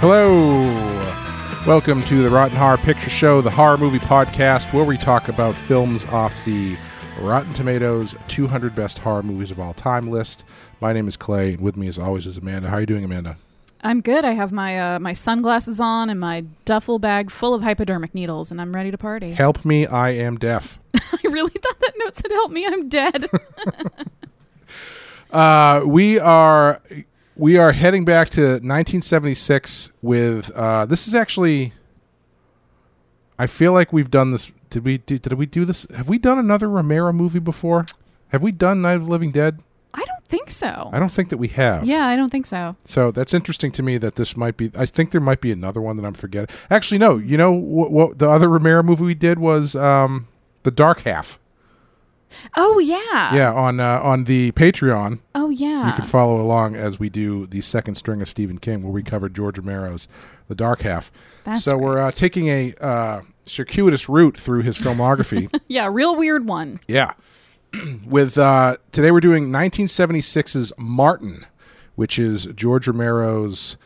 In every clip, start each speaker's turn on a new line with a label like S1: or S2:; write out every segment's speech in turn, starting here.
S1: Hello. Welcome to the Rotten Horror Picture Show, the horror movie podcast where we talk about films off the Rotten Tomatoes 200 Best Horror Movies of All Time list. My name is Clay, and with me, as always, is Amanda. How are you doing, Amanda?
S2: I'm good. I have my uh, my sunglasses on and my duffel bag full of hypodermic needles, and I'm ready to party.
S1: Help me, I am deaf.
S2: I really thought that note said "Help me, I'm dead."
S1: Uh, we are we are heading back to 1976 with uh, this is actually. I feel like we've done this. Did we do, did we do this? Have we done another Romero movie before? Have we done Night of the Living Dead?
S2: I don't think so.
S1: I don't think that we have.
S2: yeah, I don't think so.
S1: So that's interesting to me that this might be. I think there might be another one that I'm forgetting. Actually, no. You know what? what the other Romero movie we did was um, the Dark Half.
S2: Oh yeah.
S1: Yeah, on uh, on the Patreon,
S2: Oh
S1: you
S2: yeah.
S1: can follow along as we do the second string of Stephen King, where we cover George Romero's The Dark Half.
S2: That's
S1: so we're uh, taking a uh, circuitous route through his filmography.
S2: yeah, real weird one.
S1: Yeah. With uh, today we're doing 1976's Martin, which is George Romero's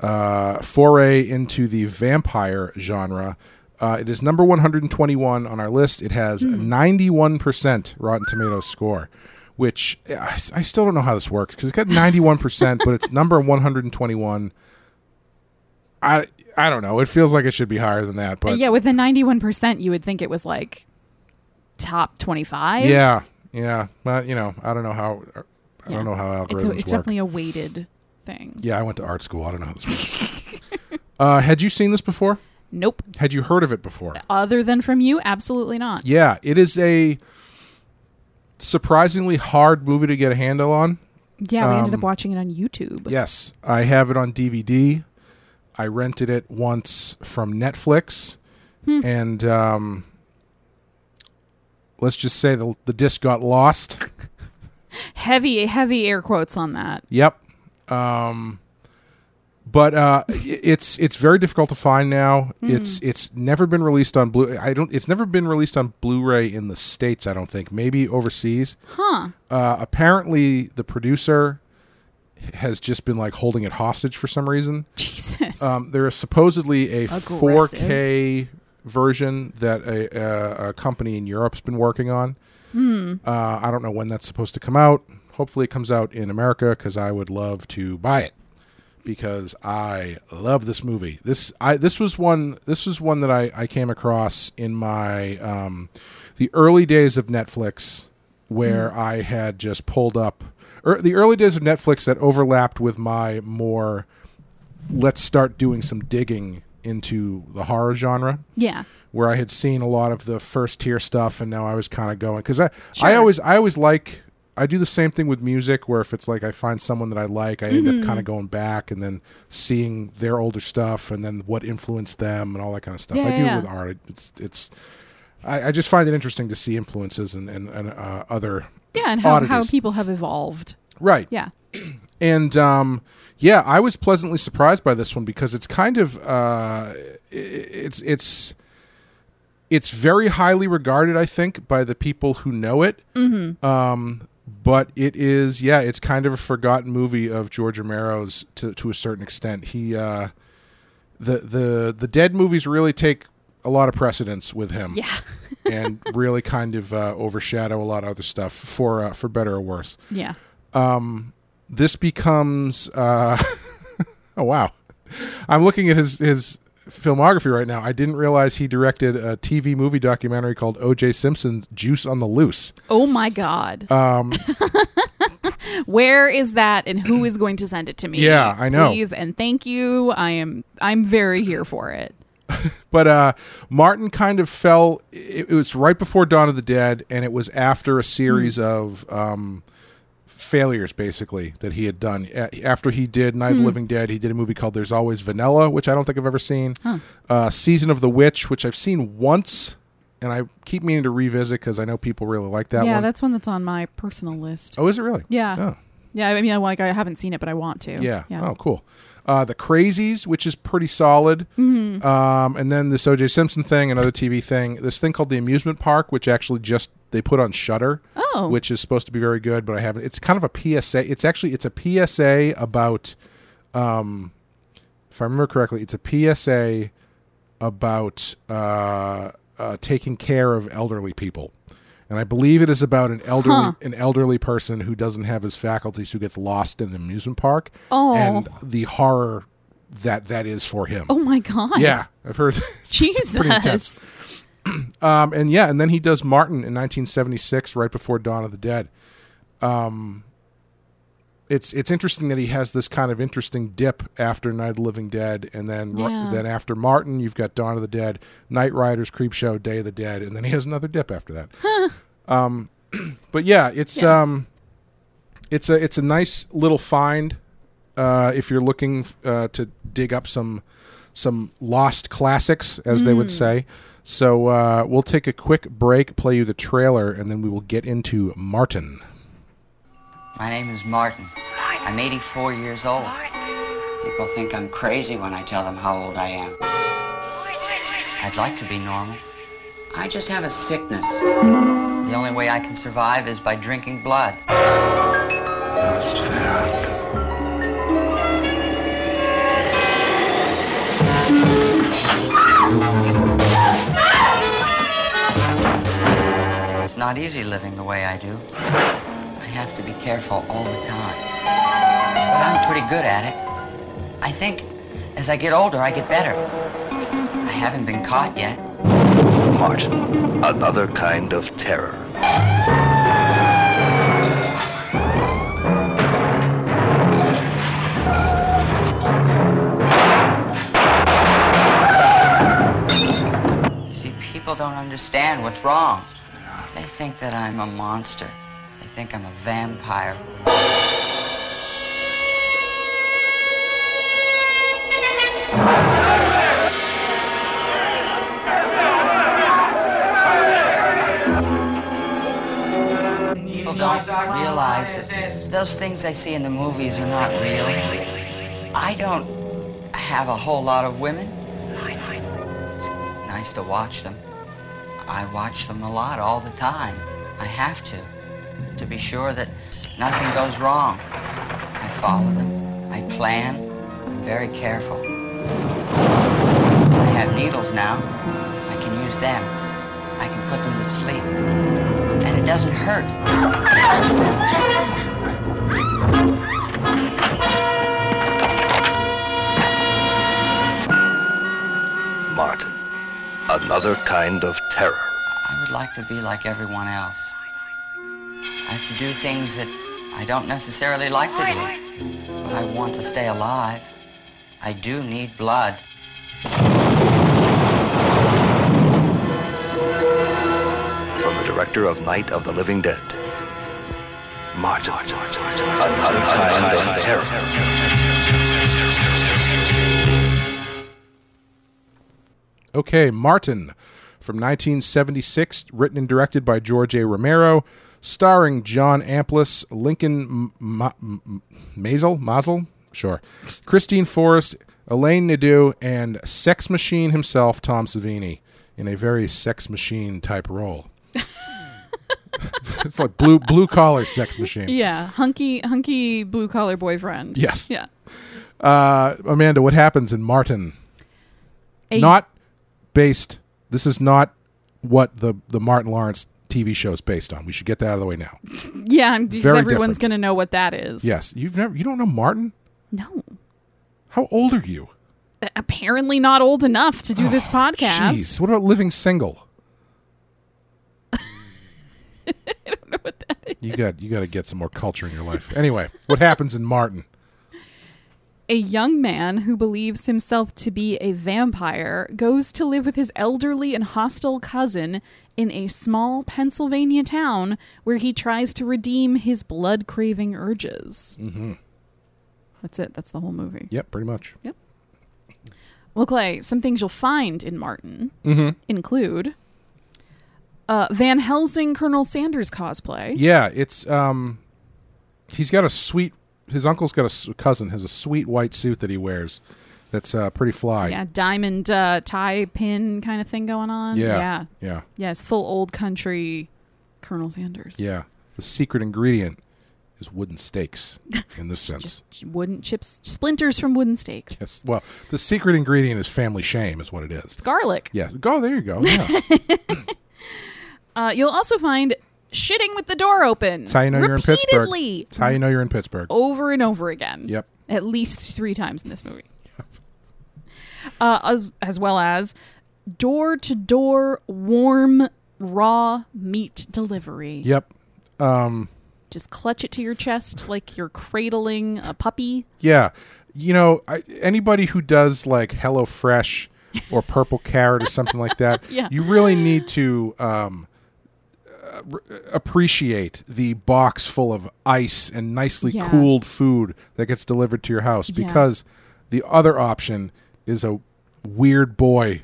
S1: uh, foray into the vampire genre. Uh, it is number 121 on our list. It has 91% Rotten Tomatoes score, which I, I still don't know how this works because it's got 91%, but it's number 121. I I don't know. It feels like it should be higher than that, but
S2: yeah, with the 91%, you would think it was like top 25.
S1: Yeah, yeah. Well, you know, I don't know how. uh, I
S2: Yeah.
S1: don't know how algorithms
S2: It's, a, it's
S1: work.
S2: definitely a weighted thing.
S1: Yeah, I went to art school. I don't know how this works. uh, had you seen this before?
S2: Nope.
S1: Had you heard of it before?
S2: Other than from you, absolutely not.
S1: Yeah, it is a surprisingly hard movie to get a handle on.
S2: Yeah, we
S1: um,
S2: ended up watching it on YouTube.
S1: Yes, I have it on DVD. I rented it once from Netflix,
S2: Hmm.
S1: and um, let's just say the the disc got lost.
S2: Heavy, heavy air quotes on that.
S1: Yep. Um, but uh, i- it's it's very difficult to find now. It's it's never been released on blue. I don't. It's never been released on Blu-ray in the states. I don't think. Maybe overseas.
S2: Huh.
S1: Uh, apparently, the producer has just been like holding it hostage for some reason.
S2: Jesus.
S1: Um, there is supposedly a
S2: Aggressive.
S1: 4K version that a, a, a company in Europe's been working on. Uh, I don't know when that's supposed to come out. Hopefully, it comes out in America because I would love to buy it because I love this movie. This I this was one this was one that I, I came across in my um, the early days of Netflix where I had just pulled up or the early days of Netflix that overlapped with my more let's start doing some digging into the horror genre
S2: yeah.
S1: where I had seen a lot of the first tier stuff, and now I was kind of going because I I
S2: Sure.
S1: always I always like I do the same thing with music where if it's like I find someone that I like, I
S2: Mm-hmm.
S1: end up kind of going back and then seeing their older stuff and then what influenced them and all that kind of stuff.
S2: Yeah,
S1: I
S2: yeah,
S1: do
S2: yeah.
S1: it with art. It's it's I, I just find it interesting to see influences and and, and uh, other
S2: Yeah, and how, how
S1: oddities.
S2: people have evolved.
S1: right
S2: Yeah.
S1: and um, yeah, I was pleasantly surprised by this one because it's kind of uh, i- it's it's it's very highly regarded, I think, by the people who know it. Um, but it is, yeah, it's kind of a forgotten movie of George Romero's to to a certain extent. He uh, the the the dead movies really take a lot of precedence with him
S2: Yeah.
S1: and really kind of uh, overshadow a lot of other stuff for uh, for better or worse
S2: Yeah.
S1: this becomes uh oh wow i'm looking at his his filmography right now i didn't realize he directed a tv movie documentary called oj simpson's juice on the loose
S2: Oh my God.
S1: um
S2: Where is that and who is going to send it to me?
S1: Yeah, I know.
S2: Please and thank you. I am I'm very here for it.
S1: but uh martin kind of fell it, it was right before dawn of the dead and it was after a series
S2: Hmm.
S1: of um failures basically that he had done A- after he did night of
S2: Hmm.
S1: the living dead he did a movie called there's always vanilla which i don't think i've ever seen uh season of the witch which i've seen once and i keep meaning to revisit because i know people really like that
S2: yeah,
S1: one
S2: that's one that's on my personal list.
S1: oh is it really
S2: Yeah.
S1: oh,
S2: Yeah, I mean I like I haven't seen it, but I want to.
S1: yeah.
S2: Yeah.
S1: oh cool uh, the crazies which is pretty solid um, and then this oj simpson thing another tv thing this thing called the amusement park which actually just they put on shutter
S2: Oh.
S1: which is supposed to be very good, but I haven't. It's kind of a PSA. It's actually it's a PSA about um, if I remember correctly, it's a PSA about uh, uh, taking care of elderly people. And I believe it is about an elderly
S2: Huh.
S1: an elderly person who doesn't have his faculties who gets lost in an amusement park
S2: Oh.
S1: and the horror that that is for him.
S2: Oh my god.
S1: Yeah, I've heard. it's
S2: Jesus.
S1: pretty intense. Um, and yeah, and then he does Martin in 1976, right before Dawn of the Dead. Um, it's it's interesting that he has this kind of interesting dip after Night of the Living Dead, and then
S2: Yeah.
S1: then after Martin, you've got Dawn of the Dead, Night Riders, Creepshow, Day of the Dead, and then he has another dip after that. Um, but yeah, it's
S2: Yeah.
S1: um, it's a it's a nice little find uh, if you're looking uh, to dig up some some lost classics, as they
S2: Hmm.
S1: would say. So uh, we'll take a quick break, play you the trailer, and then we will get into Martin.
S3: My name is Martin. I'm 84 years old. People think I'm crazy when I tell them how old I am. I'd like to be normal. I just have a sickness. The only way I can survive is by drinking blood. It's not easy living the way I do. I have to be careful all the time. But I'm pretty good at it. I think as I get older, I get better. I haven't been caught yet.
S4: Martin, another kind of terror.
S3: You see, people don't understand what's wrong. They think that I'm a monster. They think I'm a vampire. People don't realize that those things I see in the movies are not real. I don't have a whole lot of women. It's nice to watch them. I watch them a lot all the time. I have to, to be sure that nothing goes wrong. I follow them. I plan. I'm very careful. I have needles now. I can use them. I can put them to sleep. And it doesn't hurt.
S4: Martin, another kind of terror.
S3: I would like to be like everyone else. I have to do things that I don't necessarily like to do. But I want to stay alive. I do need blood.
S4: From the director of Night of the Living Dead. Martin, another kind of terror.
S1: Okay, Martin from 1976, written and directed by George A. Romero, starring John Amplis, Lincoln M- Ma- M- Mazel, Mazel, sure, Christine Forrest, Elaine Nadeau, and Sex Machine himself, Tom Savini, in a very Sex Machine type role. it's like blue blue collar Sex Machine.
S2: Yeah. Hunky hunky blue collar boyfriend.
S1: Yes.
S2: Yeah.
S1: Uh, Amanda, what happens in Martin?
S2: A-
S1: not based. This is not what the the Martin Lawrence TV show is based on. We should get that out of the way now.
S2: Yeah, and because
S1: Very different.
S2: everyone's gonna know what that is.
S1: Yes, you've never you don't know Martin.
S2: No.
S1: How old are you?
S2: Apparently not old enough to do this podcast.
S1: Oh, Jeez, what about Living Single? I don't know what that is. You got you got to get some more culture in your life. Anyway, what happens in Martin?
S2: A young man who believes himself to be a vampire goes to live with his elderly and hostile cousin in a small Pennsylvania town where he tries to redeem his blood craving urges. Mm-hmm. That's it. That's the whole movie.
S1: Yep, pretty much.
S2: Well, Clay, some things you'll find in Martin
S1: Mm-hmm.
S2: include uh, Van Helsing Colonel Sanders cosplay.
S1: Yeah, it's um, he's got a sweet. His uncle's got a s- cousin has a sweet white suit that he wears. That's uh, pretty fly.
S2: Yeah, diamond uh, tie pin kind of thing going on.
S1: Yeah.
S2: yeah.
S1: Yeah.
S2: Yes, full old country Colonel Sanders.
S1: Yeah. The secret ingredient is wooden stakes in this sense.
S2: Ch- Wooden chips, splinters from wooden stakes.
S1: Yes. Well, the secret ingredient is family shame, is what it is.
S2: It's garlic.
S1: Yes. Go there. You go. Yeah.
S2: Uh, you'll also find shitting with the door open.
S1: That's how you know you're in Pittsburgh.
S2: Repeatedly, Oh.
S1: That's how you know you're in Pittsburgh.
S2: over and over again.
S1: Yep.
S2: At least three times in this movie. Uh, as as well as door to door warm raw meat delivery.
S1: Yep.
S2: Just clutch it to your chest like you're cradling a puppy.
S1: Yeah. You know, I, anybody who does like Hello Fresh or Purple Carrot or something like that,
S2: Yeah.
S1: you really need to um, uh, r- appreciate the box full of ice and nicely
S2: Yeah.
S1: cooled food that gets delivered to your house
S2: Yeah.
S1: because the other option is a weird boy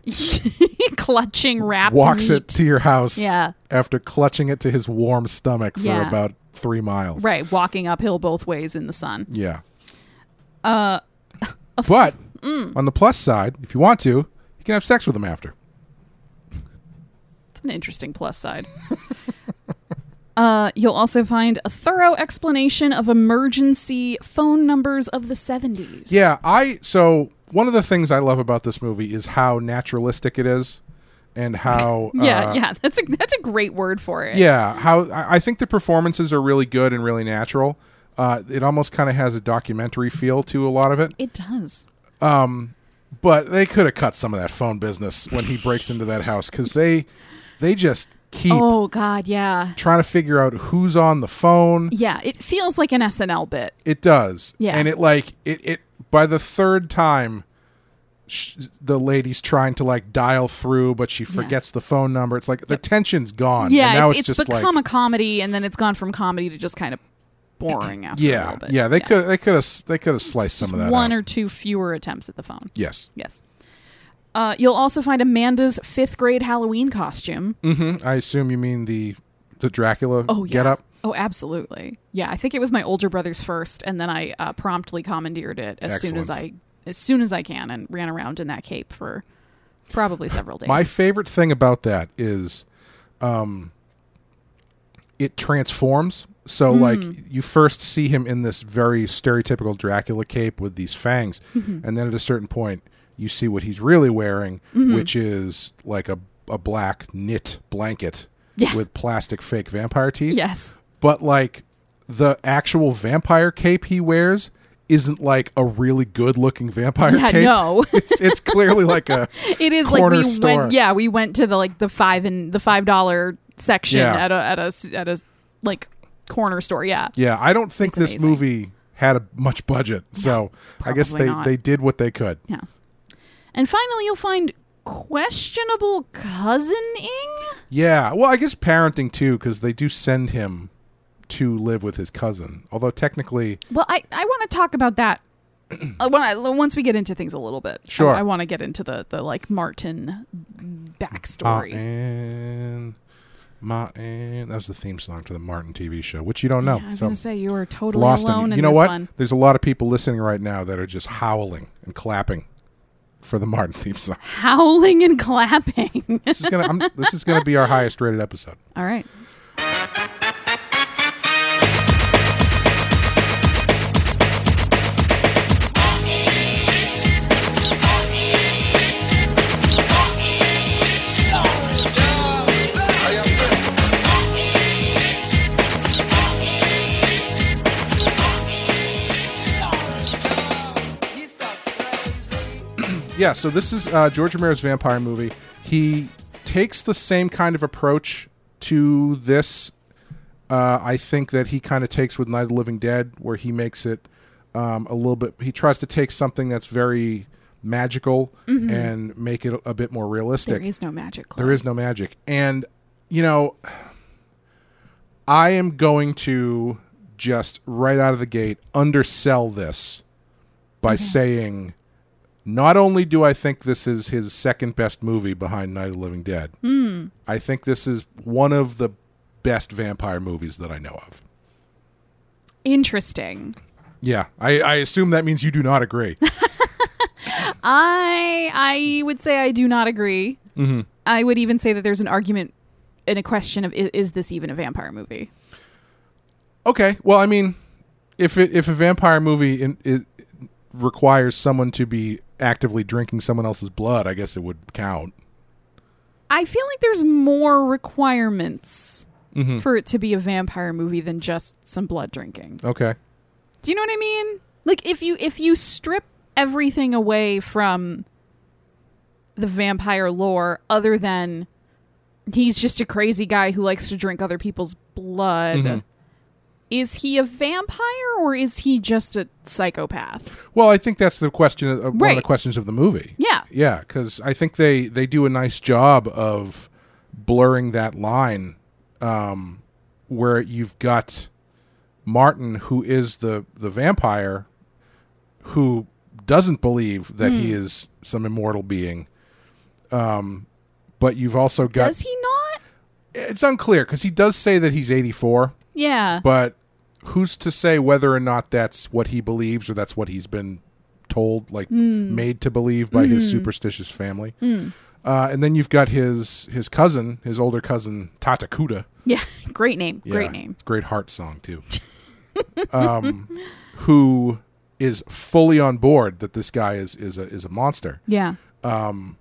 S2: Clutching wrapped
S1: walks
S2: meat.
S1: it to your house
S2: Yeah.
S1: after clutching it to his warm stomach for
S2: Yeah.
S1: about three miles.
S2: Right, walking uphill both ways in the sun.
S1: Yeah. Uh, but on the plus side, if you want to, you can have sex with him after.
S2: It's an interesting plus side. uh, you'll also find a thorough explanation of emergency phone numbers of the 70s.
S1: Yeah, I so one of the things I love about this movie is how naturalistic it is, and how
S2: Yeah,
S1: uh,
S2: yeah, that's a that's a great word for it.
S1: yeah how I I think the performances are really good and really natural. Uh, it almost kind of has a documentary feel to a lot of it,
S2: It does.
S1: but they could have cut some of that phone business when he breaks into that house because they they just keep
S2: Oh god, yeah.
S1: trying to figure out who's on the phone.
S2: Yeah, it feels like an SNL bit.
S1: It does.
S2: Yeah.
S1: And it like it it by the third time sh- the lady's trying to like dial through but she forgets the phone number. It's like the tension's gone.
S2: Yeah,
S1: and now
S2: it's,
S1: it's,
S2: it's
S1: just
S2: become
S1: like
S2: a comedy and then it's gone from comedy to just kind of boring after a
S1: Yeah.
S2: little bit.
S1: Yeah, they could they could have they could have sliced some of that
S2: one
S1: out.
S2: or two fewer attempts at the phone.
S1: yes.
S2: Yes. Uh, you'll also find Amanda's fifth grade Halloween costume.
S1: Mhm. I assume you mean the the Dracula
S2: Oh, yeah.
S1: get up.
S2: Oh, absolutely. Yeah, I think it was my older brother's first, and then I uh, promptly commandeered it as soon as I
S1: Excellent.
S2: as soon as I can, and ran around in that cape for probably several days.
S1: My favorite thing about that is um it transforms. So
S2: Mm.
S1: like you first see him in this very stereotypical Dracula cape with these fangs
S2: Mm-hmm.
S1: and then at a certain point you see what he's really wearing
S2: Mm-hmm.
S1: which is like a a black knit blanket
S2: Yeah.
S1: with plastic fake vampire teeth.
S2: yes,
S1: But like the actual vampire cape he wears isn't like a really good looking vampire
S2: Yeah,
S1: cape.
S2: no.
S1: It's it's clearly like a
S2: it is like
S1: corner
S2: we
S1: store.
S2: went. Yeah, we went to the like the five and the five dollar section
S1: Yeah.
S2: at a at a s- at a like corner store. Yeah,
S1: Yeah, I don't think
S2: It's
S1: this
S2: amazing.
S1: movie had a much budget, so I guess
S2: probably
S1: they,
S2: not.
S1: they did what they could.
S2: yeah. And finally, you'll find questionable cousining.
S1: Yeah, well, I guess parenting too, because they do send him to live with his cousin. Although technically,
S2: Well, I, I want to talk about that uh, when I, once we get into things a little bit. I-
S1: Sure.
S2: I, want to get into the, the like Martin mm, backstory.
S1: Uh, Martin, Martin, that was the theme song to the Martin TV show, which you don't know.
S2: I was
S1: so
S2: going to say you were
S1: it's
S2: totally
S1: lost on
S2: alone
S1: you.
S2: in
S1: You know
S2: this
S1: what?
S2: one.
S1: There's a lot of people listening right now that are just howling and clapping for the Martin theme song.
S2: Howling and clapping.
S1: This is gonna, I'm, this is gonna be our highest rated episode.
S2: All right.
S1: Yeah, so this is uh, George Romero's vampire movie. He takes the same kind of approach to this. Uh, I think that he kind of takes with Night of the Living Dead, where he makes it um, a little bit. He tries to take something that's very magical and make it a bit more realistic.
S2: There is no magic. Chloe.
S1: There is no magic. And, you know, I am going to just right out of the gate undersell this by saying not only do I think this is his second best movie behind Night of the Living Dead, I think this is one of the best vampire movies that I know of.
S2: Interesting.
S1: Yeah, I, I assume that means you do not agree.
S2: I I would say I do not agree. Mm-hmm. I would even say that there's an argument and a question of is, is this even a vampire movie?
S1: okay, well, I mean, if it, if a vampire movie in, it, it requires someone to be actively drinking someone else's blood, I guess it would count.
S2: I feel like there's more requirements
S1: Mm-hmm.
S2: for it to be a vampire movie than just some blood drinking.
S1: Okay.
S2: Do you know what I mean? Like if you if you strip everything away from the vampire lore other than he's just a crazy guy who likes to drink other people's blood.
S1: Mm-hmm.
S2: Is he a vampire or is he just a psychopath?
S1: Well, I think that's the question. Of, One of the
S2: Right.
S1: questions of the movie.
S2: Yeah.
S1: Yeah, because I think they they do a nice job of blurring that line, um, where you've got Martin, who is the the vampire, who doesn't believe that he is some immortal being. Um, but you've also got
S2: Does he not?
S1: it's unclear because he does say that he's eighty four,
S2: Yeah.
S1: but who's to say whether or not that's what he believes or that's what he's been told like
S2: Hmm.
S1: made to believe by his superstitious family uh, and then you've got his his cousin his older cousin tatakuta
S2: yeah. Great name. Great
S1: Yeah,
S2: name.
S1: it's a great heart song too um, who is fully on board that this guy is is a is a monster
S2: Yeah. Um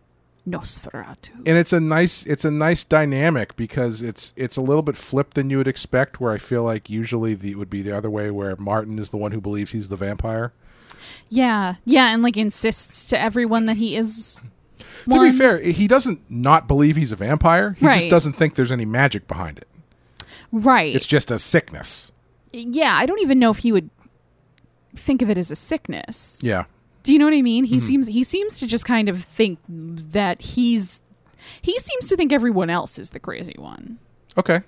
S2: Nosferatu.
S1: and it's a nice it's a nice dynamic because it's it's a little bit flipped than you would expect where i feel like usually the, it would be the other way where martin is the one who believes he's the vampire
S2: Yeah. Yeah, and like insists to everyone that he is one.
S1: to be fair he doesn't not believe he's a vampire he just
S2: Right.
S1: doesn't think there's any magic behind it
S2: Right.
S1: it's just a sickness
S2: yeah, I don't even know if he would think of it as a sickness.
S1: yeah
S2: Do you know what I mean?
S1: Hmm.
S2: He seems he seems to just kind of think that he's he seems to think everyone else is the crazy one.
S1: okay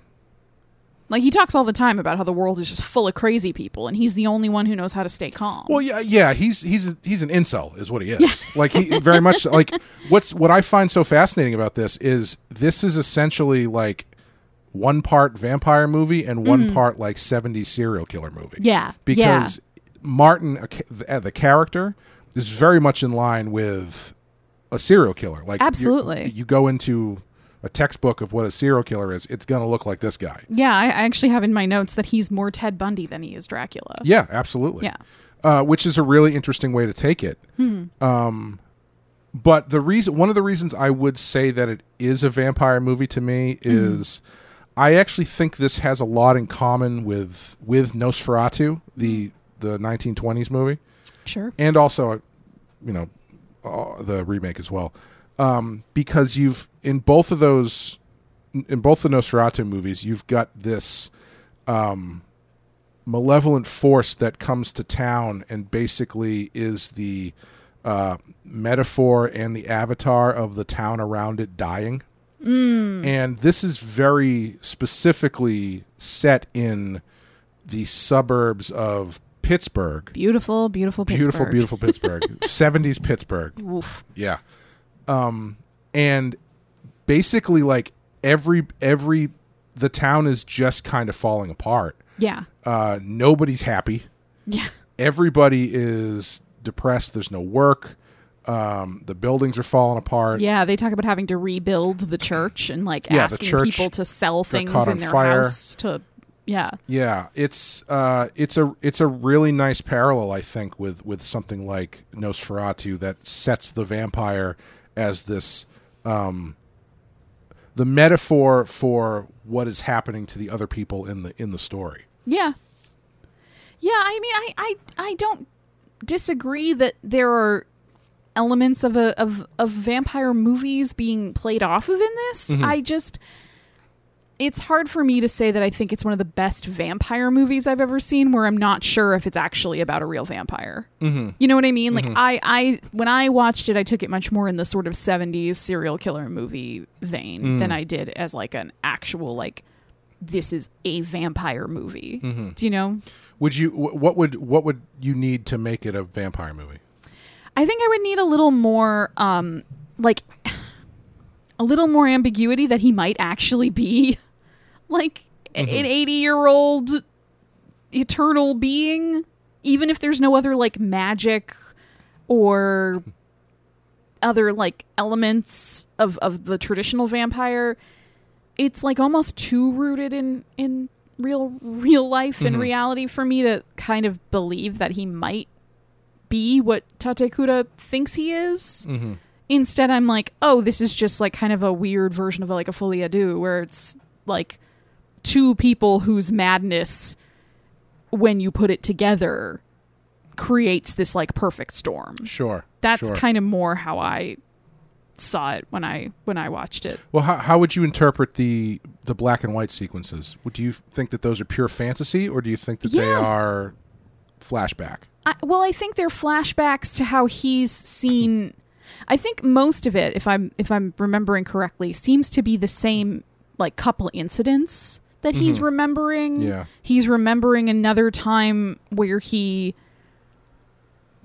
S2: Like he talks all the time about how the world is just full of crazy people and he's the only one who knows how to stay calm.
S1: Well, yeah, yeah, he's he's he's an incel, is what he is. Like he very much like what's what I find so fascinating about this is this is essentially like one part vampire movie and one part like 70s serial killer movie.
S2: Yeah,
S1: because Martin, a ca- the uh, the character, is very much in line with a serial killer. Like you-
S2: Absolutely.
S1: you go into a textbook of what a serial killer is, it's gonna look like this guy.
S2: yeah, I, I actually have in my notes that he's more Ted Bundy than he is Dracula.
S1: Yeah, absolutely.
S2: Yeah. Hmm.
S1: Uh, which is a really interesting way to take it. Um, but the reason, one of the reasons I would say that it is a vampire movie to me
S2: Mm-hmm.
S1: is, I actually think this has a lot in common with with Nosferatu, the the 1920s movie,
S2: Sure.
S1: and also, uh, you know, uh, the remake as well, um, because you've in both of those, in both the Nosferatu movies, you've got this um, malevolent force that comes to town and basically is the uh, metaphor and the avatar of the town around it dying. And this is very specifically set in the suburbs of Pittsburgh.
S2: Beautiful, beautiful
S1: Beautiful,
S2: Pittsburgh.
S1: beautiful Pittsburgh. 70s Pittsburgh.
S2: Oof.
S1: Yeah. Um, and basically, like every, every, the town is just kind of falling apart.
S2: Yeah.
S1: Uh, nobody's happy.
S2: Yeah.
S1: Everybody is depressed. There's no work. Um, the buildings are falling apart.
S2: Yeah, they talk about having to rebuild the church and like
S1: Yeah, the
S2: asking
S1: church
S2: people to sell
S1: got
S2: things
S1: caught
S2: in
S1: on
S2: their
S1: fire.
S2: house to yeah.
S1: Yeah, it's uh, it's a it's a really nice parallel, I think, with with something like Nosferatu that sets the vampire as this um, the metaphor for what is happening to the other people in the in the story.
S2: Yeah. Yeah, I mean I I, I don't disagree that there are elements of a of, of vampire movies being played off of in this. I just it's hard for me to say that I think it's one of the best vampire movies I've ever seen where I'm not sure if it's actually about a real vampire. Mm-hmm. You know what I mean? Like I I when I watched it I took it much more in the sort of 70s serial killer movie vein than I did as like an actual like this is a vampire movie. Do you know?
S1: Would you wh- what would what would you need to make it a vampire movie?
S2: I think I would need a little more, um, like, a little more ambiguity that he might actually be, like, a- an 80 year old eternal being, even if there's no other, like, magic or other, like, elements of, of the traditional vampire. It's, like, almost too rooted in, in real real life and reality for me to kind of believe that he might be what Tatekura thinks he is. Instead, I'm like, oh, this is just like kind of a weird version of like a folie à deux, where it's like two people whose madness, when you put it together, creates this like perfect storm.
S1: Sure.
S2: That's
S1: sure.
S2: kind of more how I saw it when I when I watched it.
S1: Well, how, how would you interpret the the black and white sequences? Would- Do you think that those are pure fantasy, or do you think that they
S2: Yeah.
S1: are flashback?
S2: I, well, I think they're flashbacks to how he's seen. I think most of it, if I'm if I'm remembering correctly, seems to be the same like couple incidents that he's remembering.
S1: Mm-hmm. Yeah.
S2: he's remembering another time where he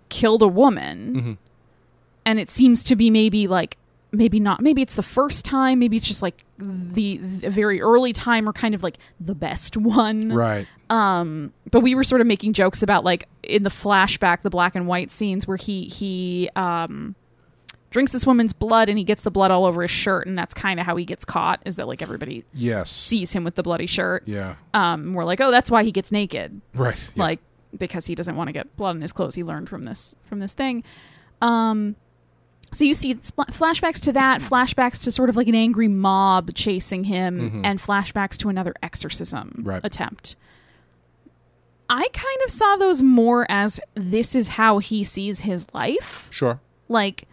S2: killed a woman,
S1: Mm-hmm.
S2: and it seems to be maybe like maybe not maybe it's the first time maybe it's just like the, the very early time or kind of like the best one
S1: Right.
S2: but we were sort of making jokes about like in the flashback the black and white scenes where he he um drinks this woman's blood and he gets the blood all over his shirt and that's kind of how he gets caught is that like everybody
S1: Yes.
S2: sees him with the bloody shirt
S1: Yeah.
S2: um we're like oh that's why he gets naked
S1: Right. Yeah.
S2: like because he doesn't want to get blood on his clothes he learned from this from this thing um so you see spl- flashbacks to that flashbacks to sort of like an angry mob chasing him and flashbacks to another exorcism
S1: Mm-hmm. Right.
S2: attempt i kind of saw those more as this is how he sees his life
S1: sure.
S2: like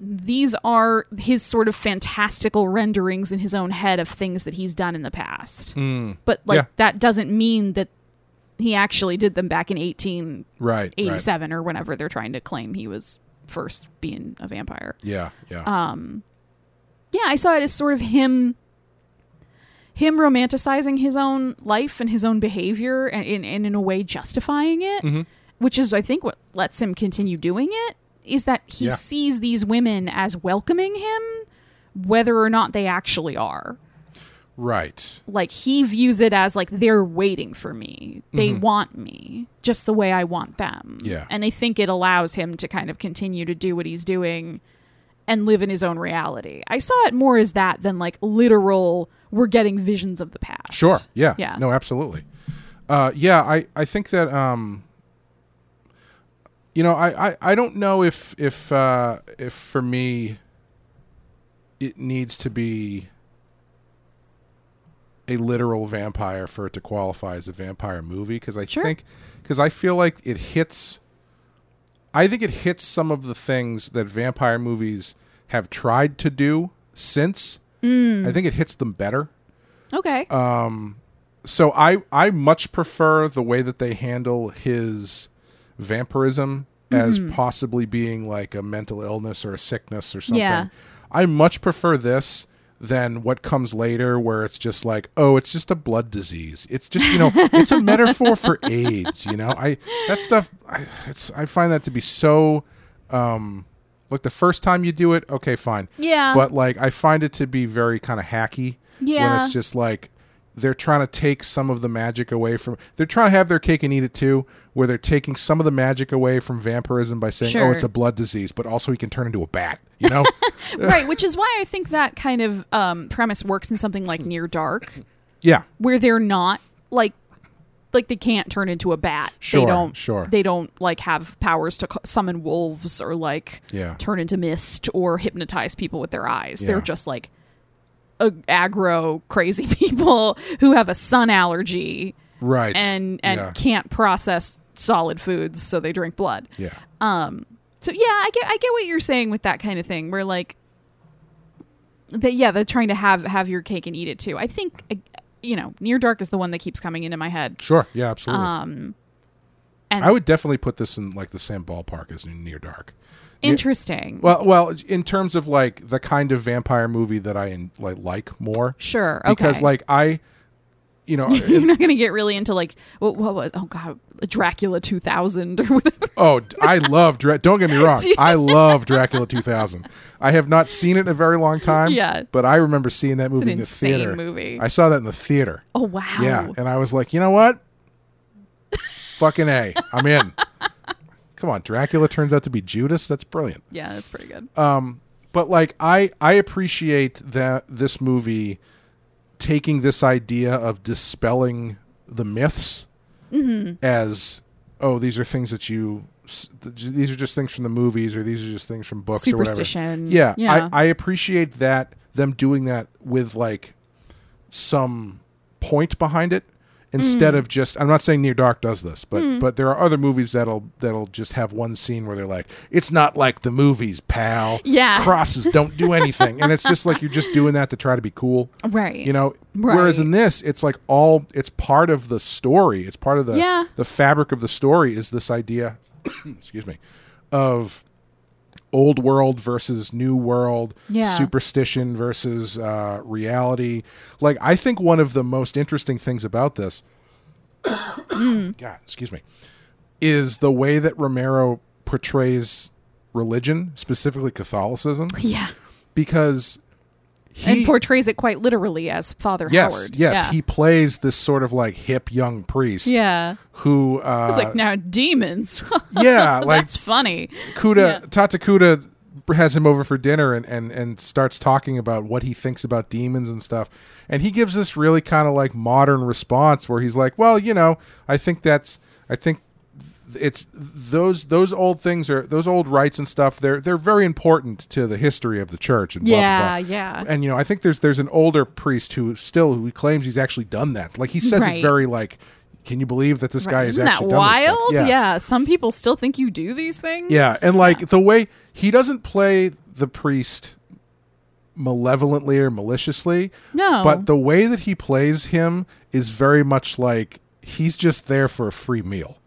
S2: these are his sort of fantastical renderings in his own head of things that he's done in the past. But like
S1: Hmm. Yeah.
S2: that doesn't mean that he actually did them back in 1887
S1: Right. Right.
S2: or whenever they're trying to claim he was first being a vampire.
S1: Yeah. Yeah.
S2: Yeah, I saw it as sort of him him romanticizing his own life and his own behavior and, and, and in a way justifying it, which is I think what lets him continue doing it is that he
S1: Yeah.
S2: sees these women as welcoming him whether or not they actually are.
S1: right.
S2: Like he views it as like they're waiting for me. They want me just the way I want them.
S1: Mm-hmm. Yeah.
S2: And I think it allows him to kind of continue to do what he's doing and live in his own reality. I saw it more as that than like literal we're getting visions of the past.
S1: Sure. Yeah.
S2: Yeah.
S1: No, absolutely. Uh, yeah, I, I think that um, you know, I, I, I don't know if if uh, if for me it needs to be a literal vampire for it to qualify as a vampire movie because I think because I feel like it hits I think it hits some of the things that vampire movies have tried to do since. I think it hits them better
S2: Okay.
S1: Uh, so I I much prefer the way that they handle his vampirism as
S2: Mm-hmm.
S1: possibly being like a mental illness or a sickness or something.
S2: Yeah.
S1: I much prefer this than what comes later where it's just like, oh, it's just a blood disease. It's just, you know, it's a metaphor for AIDS, you know. I that stuff I it's I find that to be so um like the first time you do it, okay, fine.
S2: Yeah.
S1: But like I find it to be very kind of hacky when
S2: Yeah.
S1: it's just like they're trying to take some of the magic away from they're trying to have their cake and eat it too where they're taking some of the magic away from vampirism by saying oh
S2: Sure.
S1: it's a blood disease but also he can turn into a bat you know
S2: right, which is why I think that kind of um, premise works in something like Near Dark
S1: yeah
S2: where they're not like like they can't turn into a bat.
S1: Sure,
S2: they don't.
S1: sure.
S2: They don't like have powers to c- summon wolves or like
S1: Yeah.
S2: turn into mist or hypnotize people with their eyes.
S1: Yeah.
S2: They're just like ag- aggro crazy people who have a sun allergy
S1: right
S2: and and
S1: yeah.
S2: can't process solid foods, so they drink blood.
S1: yeah
S2: So yeah, I get I get what you're saying with that kind of thing. Where like that yeah, they're trying to have have your cake and eat it too. I think uh, you know, Near Dark is the one that keeps coming into my head.
S1: sure yeah absolutely
S2: Um and
S1: i would definitely put this in like the same ballpark as near dark
S2: interesting.
S1: well well in terms of like the kind of vampire movie that i in, like like more
S2: sure. Okay.
S1: because like i you know
S2: you're not going to get really into like what, what was oh god, Dracula 2000 or whatever.
S1: Oh, d- I love Dra- don't get me wrong. I love Dracula 2000. I have not seen it in a very long time.
S2: Yeah.
S1: but I remember seeing that movie
S2: an
S1: in the
S2: insane
S1: theater.
S2: movie.
S1: I saw that in the theater.
S2: Oh wow.
S1: Yeah, and I was like, you know what? Fucking a, I'm in. Come on, Dracula turns out to be Judas. That's brilliant
S2: Yeah, that's
S1: Uh,
S2: pretty good.
S1: but like I I appreciate that this movie taking this idea of dispelling the myths
S2: Mm-hmm.
S1: as oh these are things that you s- th- these are just things from the movies or these are just things from books or
S2: Superstition.
S1: whatever yeah,
S2: Yeah.
S1: I, I appreciate that them doing that with like some point behind it instead
S2: Mm.
S1: of just I'm not saying Near Dark does this, but but there are other movies that'll that'll just have one scene where they're like, It's not like the movies, pal.
S2: Yeah.
S1: Crosses don't do anything. and it's just like you're just doing that to try to be cool.
S2: Right.
S1: You know? Whereas
S2: Right.
S1: in this, it's like all it's part of the story. It's part of the
S2: Yeah.
S1: the fabric of the story is this idea excuse me of old world versus new world
S2: Yeah.
S1: superstition versus uh, reality like i think one of the most interesting things about this god excuse me is the way that romero portrays religion specifically catholicism
S2: Yeah.
S1: because he
S2: and portrays it quite literally as Father
S1: yes
S2: Howard.
S1: yes
S2: Yeah.
S1: he plays this sort of like hip young priest
S2: yeah.
S1: who uh
S2: It's like now demons.
S1: yeah like
S2: That's funny.
S1: Kuda Tata Kuda has him over for dinner and, and and starts talking about what he thinks about demons and stuff. And he gives this really kind of like modern response where he's like, "Well, you know, I think that's I think it's those those old things are those old rites and stuff. They're they're very important to the history of the church and blah, blah,
S2: Yeah,
S1: blah.
S2: yeah.
S1: And you know, I think there's there's an older priest who still who claims he's actually done that. Like he says
S2: Right.
S1: it very like, can you believe that this guy has
S2: Isn't that
S1: actually done this stuff?"
S2: wild? Yeah. Some people still think you do these things.
S1: Yeah, and like the way he doesn't play the priest malevolently or maliciously.
S2: No.
S1: But the way that he plays him is very much like he's just there for a free meal.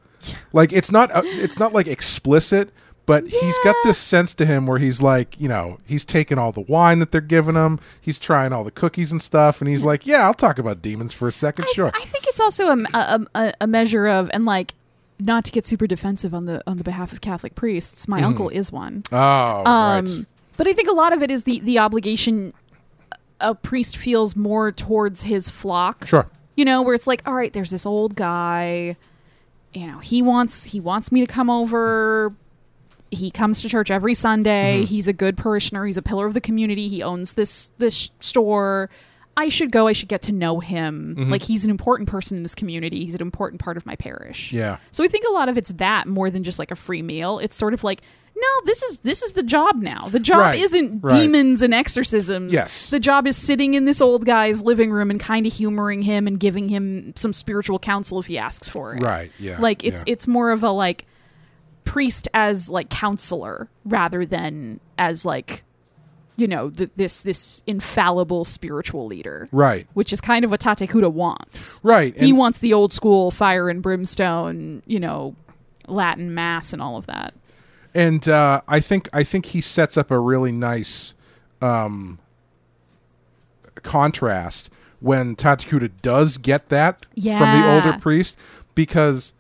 S1: Like it's not uh, it's not like explicit, but he's got this sense to him where he's like, you know, he's taking all the wine that they're giving him, he's trying all the cookies and stuff and he's like, yeah, I'll talk about demons for a second,
S2: I,
S1: sure.
S2: I think it's also a, a, a- a measure of and like not to get super defensive on the on the behalf of Catholic priests. My uncle is one.
S1: oh, Mm. right.
S2: Um, but I think a lot of it is the the obligation a priest feels more towards his flock.
S1: Sure.
S2: You know, where it's like, all right, there's this old guy. You know, he wants he wants me to come over. He comes to church every Sunday.
S1: Mm-hmm.
S2: He's a good parishioner. He's a pillar of the community. He owns this this store. I should go. I should get to know him.
S1: Mm-hmm.
S2: Like he's an important person in this community. He's an important part of my parish.
S1: Yeah.
S2: So I think a lot of it's that more than just like a free meal. It's sort of like, no, this is this is the job now. The job
S1: Right,
S2: isn't
S1: right.
S2: demons and exorcisms.
S1: Yes.
S2: The job is sitting in this old guy's living room and kind of humoring him and giving him some spiritual counsel if he asks for it.
S1: Right, yeah,
S2: Like it's
S1: yeah.
S2: it's more of a like priest as like counselor rather than as like you know th- this this infallible spiritual leader.
S1: Right.
S2: Which is kind of what Tatekuda wants
S1: Right.
S2: he
S1: and-
S2: wants the old school fire and brimstone, you know, Latin mass and all of that.
S1: and uh, I think I think he sets up a really nice um, contrast when Tatakuta does get that from the
S2: Yeah.
S1: older priest because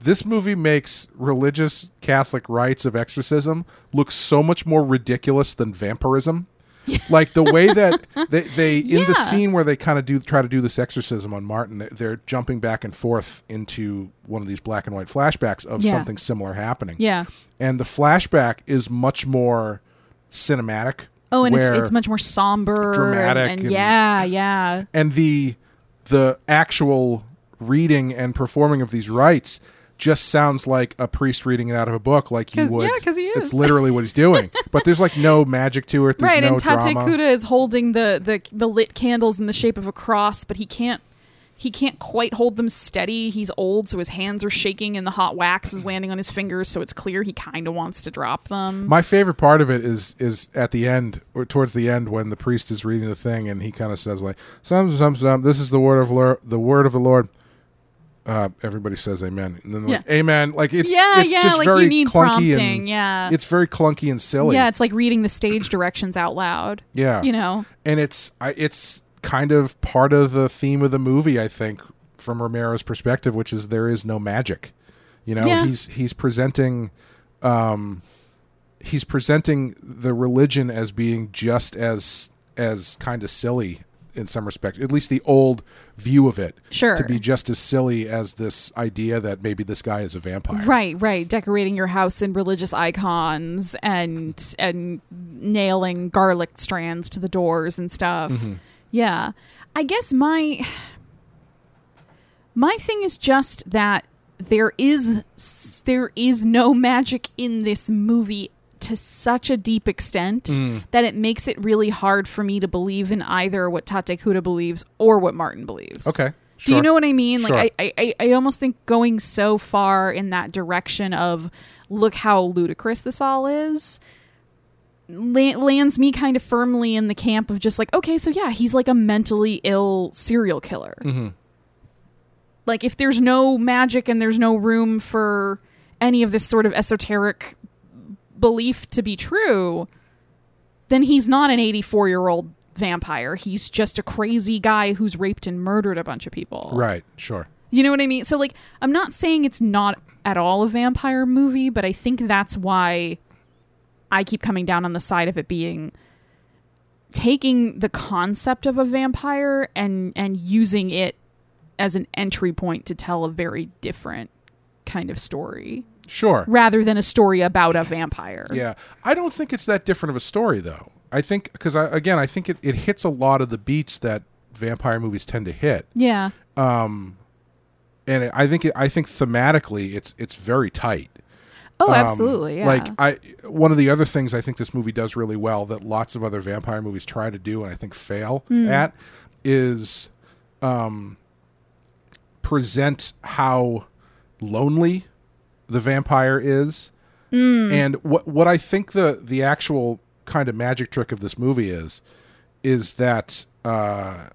S1: this movie makes religious Catholic rites of exorcism look so much more ridiculous than vampirism. like the way that they, they in the
S2: Yeah.
S1: scene where they kind of do try to do this exorcism on Martin, they're, they're jumping back and forth into one of these black and white flashbacks of
S2: Yeah.
S1: something similar happening
S2: Yeah.
S1: and the flashback is much more cinematic.
S2: Oh, and it's,
S1: where-
S2: it's much more somber, and-
S1: Dramatic
S2: and,
S1: and-
S2: yeah, yeah,
S1: and the the actual reading and performing of these rites just sounds like a priest reading it out of a book, like you
S2: 'Cause-
S1: would.
S2: yeah, 'cause he
S1: It's
S2: is.
S1: literally what he's doing, but there's like no magic to it. There's
S2: right.
S1: no
S2: and Tate
S1: drama.
S2: Kuda is holding the, the the lit candles in the shape of a cross, but he can't he can't quite hold them steady. He's old, so his hands are shaking, and the hot wax is landing on his fingers. So it's clear he kind of wants to drop them.
S1: My favorite part of it is is at the end or towards the end when the priest is reading the thing and he kind of says like some some some this is the word of Lord, the word of the Lord. Uh, everybody says amen and then like
S2: Yeah.
S1: amen like it's
S2: Yeah,
S1: it's
S2: yeah,
S1: just
S2: like you
S1: very
S2: need
S1: clunky
S2: prompting,
S1: and
S2: yeah.
S1: it's very clunky and silly
S2: yeah, it's like reading the stage directions out loud.
S1: Yeah.
S2: you know.
S1: and it's I, it's kind of part of the theme of the movie I think from Romero's perspective which is there is no magic you know
S2: Yeah.
S1: he's he's presenting um he's presenting the religion as being just as as kind of silly in some respect at least the old view of it
S2: Sure.
S1: to be just as silly as this idea that maybe this guy is a vampire
S2: Right, right. Decorating your house in religious icons and and nailing garlic strands to the doors and stuff. Yeah. I guess my my thing is just that there is s- there is no magic in this movie to such a deep extent that it makes it really hard for me to believe in either what Tate Kuda believes or what Martin believes.
S1: Okay.
S2: Do you
S1: sure.
S2: know what I mean?
S1: Sure.
S2: Like I, I, I I almost think going so far in that direction of look how ludicrous this all is la- lands me kind of firmly in the camp of just like okay, so yeah, he's like a mentally ill serial killer.
S1: Mm-hmm.
S2: Like if there's no magic and there's no room for any of this sort of esoteric belief to be true, then he's not an 84 year old vampire. He's just a crazy guy who's raped and murdered a bunch of people.
S1: Right. Sure.
S2: You know what I mean? So, like, I'm not saying it's not at all a vampire movie, but I think that's why I keep coming down on the side of it being taking the concept of a vampire and and using it as an entry point to tell a very different kind of story
S1: Sure.
S2: rather than a story about a vampire.
S1: Yeah, I don't think it's that different of a story though. I think because I, again, I think it, it hits a lot of the beats that vampire movies tend to hit,
S2: Yeah.
S1: and I think it, I think thematically it's it's very tight.
S2: Oh,
S1: Um,
S2: absolutely. Yeah.
S1: Like I, one of the other things I think this movie does really well that lots of other vampire movies try to do and I think fail at is um, present how lonely the vampire is, and what what I think the the actual kind of magic trick of this movie is is that uh,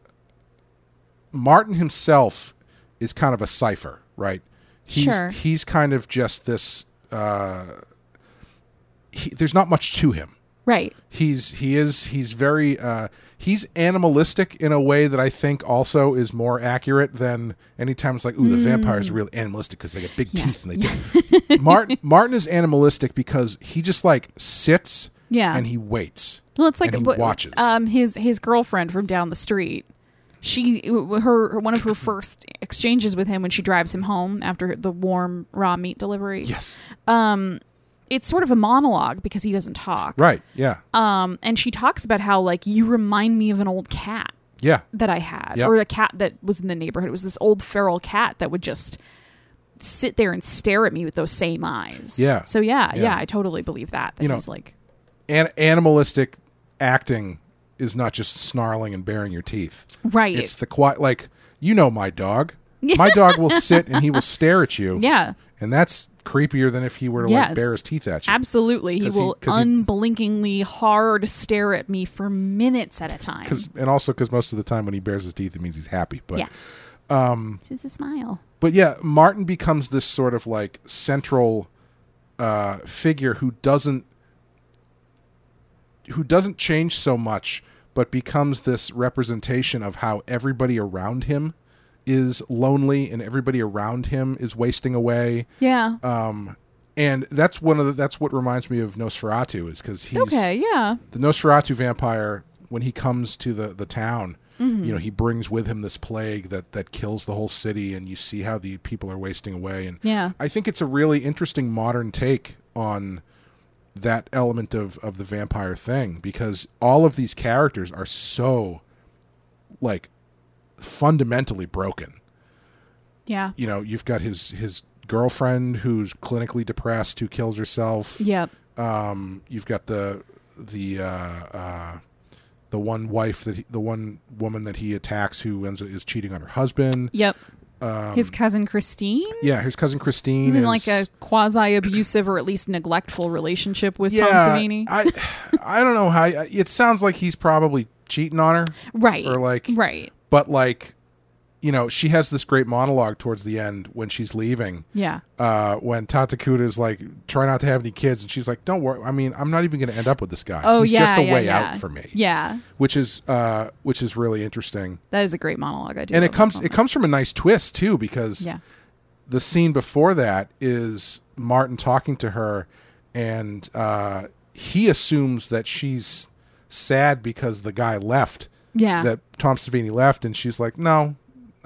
S1: Martin himself is kind of a cipher, right? He's,
S2: Sure.
S1: He's kind of just this. Uh, he, there's not much to him.
S2: right.
S1: He's he is he's very uh, he's animalistic in a way that I think also is more accurate than anytime it's like ooh the
S2: Hmm.
S1: vampires are real animalistic because they got big teeth and they do. Martin Martin is animalistic because he just like sits
S2: Yeah.
S1: and he waits.
S2: Well, it's like
S1: and he
S2: what-
S1: watches.
S2: Um, his his girlfriend from down the street. She her one of her first exchanges with him when she drives him home after the warm raw meat delivery.
S1: yes,
S2: It's sort of a monologue because he doesn't talk.
S1: right, yeah,
S2: Um, and she talks about how like you remind me of an old cat
S1: yeah.
S2: that I had,
S1: Yep.
S2: or a cat that was in the neighborhood. It was this old feral cat that would just sit there and stare at me with those same eyes.
S1: Yeah.
S2: So yeah, yeah,
S1: Yeah.
S2: I totally believe that. That
S1: You know,
S2: he's like
S1: an- animalistic acting is not just snarling and baring your teeth.
S2: right.
S1: It's the quiet, like you know, my dog. My dog will sit and he will stare at you.
S2: yeah.
S1: and that's creepier than if he were to
S2: Yes.
S1: like bare his teeth at you.
S2: Absolutely. He
S1: 'Cause he-
S2: will
S1: 'cause he-
S2: unblinkingly hard stare at me for minutes at a time.
S1: Cause, and also because most of the time when he bares his teeth, it means he's happy. But
S2: yeah. Um, just a smile.
S1: but yeah, Martin becomes this sort of like central uh, figure who doesn't who doesn't change so much, but becomes this representation of how everybody around him is lonely and everybody around him is wasting away.
S2: Yeah.
S1: um, And that's one of the, that's what reminds me of Nosferatu is because he's
S2: okay. Yeah.
S1: the Nosferatu vampire, when he comes to the the town, you know, he brings with him this plague that that kills the whole city, and you see how the people are wasting away. And
S2: Yeah.
S1: I think it's a really interesting modern take on that element of of the vampire thing because all of these characters are so like fundamentally broken
S2: Yeah.
S1: you know you've got his his girlfriend who's clinically depressed who kills herself
S2: Yep.
S1: um, you've got the the uh, uh, the one wife that he, the one woman that he attacks who ends up is cheating on her husband.
S2: Yep.
S1: Um,
S2: His cousin Christine
S1: Yeah, his cousin Christine
S2: is in
S1: is
S2: like a quasi abusive or at least neglectful relationship with Tom
S1: yeah.
S2: Savini.
S1: I I don't know how it sounds like he's probably cheating on her,
S2: right.
S1: or like-
S2: right.
S1: but like you know she has this great monologue towards the end when she's leaving.
S2: Yeah.
S1: Uh, when Tatakuta is like, try not to have any kids, and she's like, "Don't worry. I mean, I'm not even going to end up with this guy.
S2: Oh
S1: He's
S2: yeah.
S1: just a
S2: yeah,
S1: way
S2: yeah.
S1: out for me."
S2: Yeah.
S1: which is uh, which is really interesting.
S2: That is a great monologue. I do.
S1: and it
S2: love that
S1: comes it
S2: moment.
S1: comes from a nice twist too because
S2: Yeah.
S1: the scene before that is Martin talking to her and uh, he assumes that she's sad because the guy left
S2: Yeah.
S1: that Tom Savini left and she's like no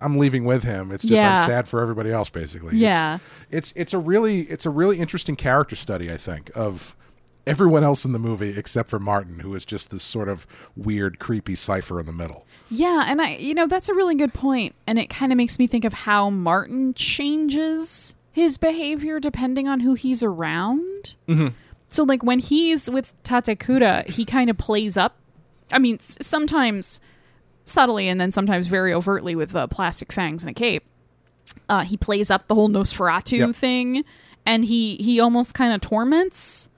S1: I'm leaving with him it's just
S2: Yeah.
S1: I'm sad for everybody else basically
S2: Yeah.
S1: it's, it's it's a really it's a really interesting character study I think of everyone else in the movie except for Martin, who is just this sort of weird, creepy cipher in the middle.
S2: Yeah, and I, you know, that's a really good point, and it kind of makes me think of how Martin changes his behavior depending on who he's around. Mm-hmm. So, like when he's with Tatekuda, he kind of plays up. I mean, s- sometimes subtly, and then sometimes very overtly with uh, plastic fangs and a cape. Uh, he plays up the whole Nosferatu
S1: Yep.
S2: thing, and he he almost kind of torments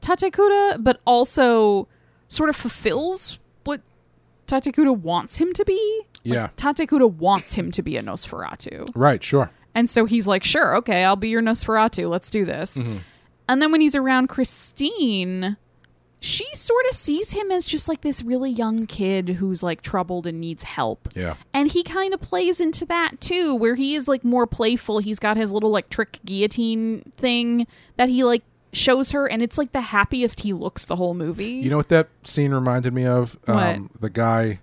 S2: Tatekuda, but also sort of fulfills what Tatekuda wants him to be.
S1: Yeah.
S2: Tatekuda wants him to be a Nosferatu.
S1: Right, sure.
S2: And so he's like, sure, okay, I'll be your Nosferatu. Let's do this.
S1: Mm-hmm.
S2: And then when he's around Christine, she sort of sees him as just like this really young kid who's like troubled and needs help.
S1: Yeah.
S2: And he kind of plays into that too, where he is like more playful. He's got his little like trick guillotine thing that he like shows her, and it's like the happiest he looks the whole movie.
S1: You know what that scene reminded me of? Um,
S2: What?
S1: the guy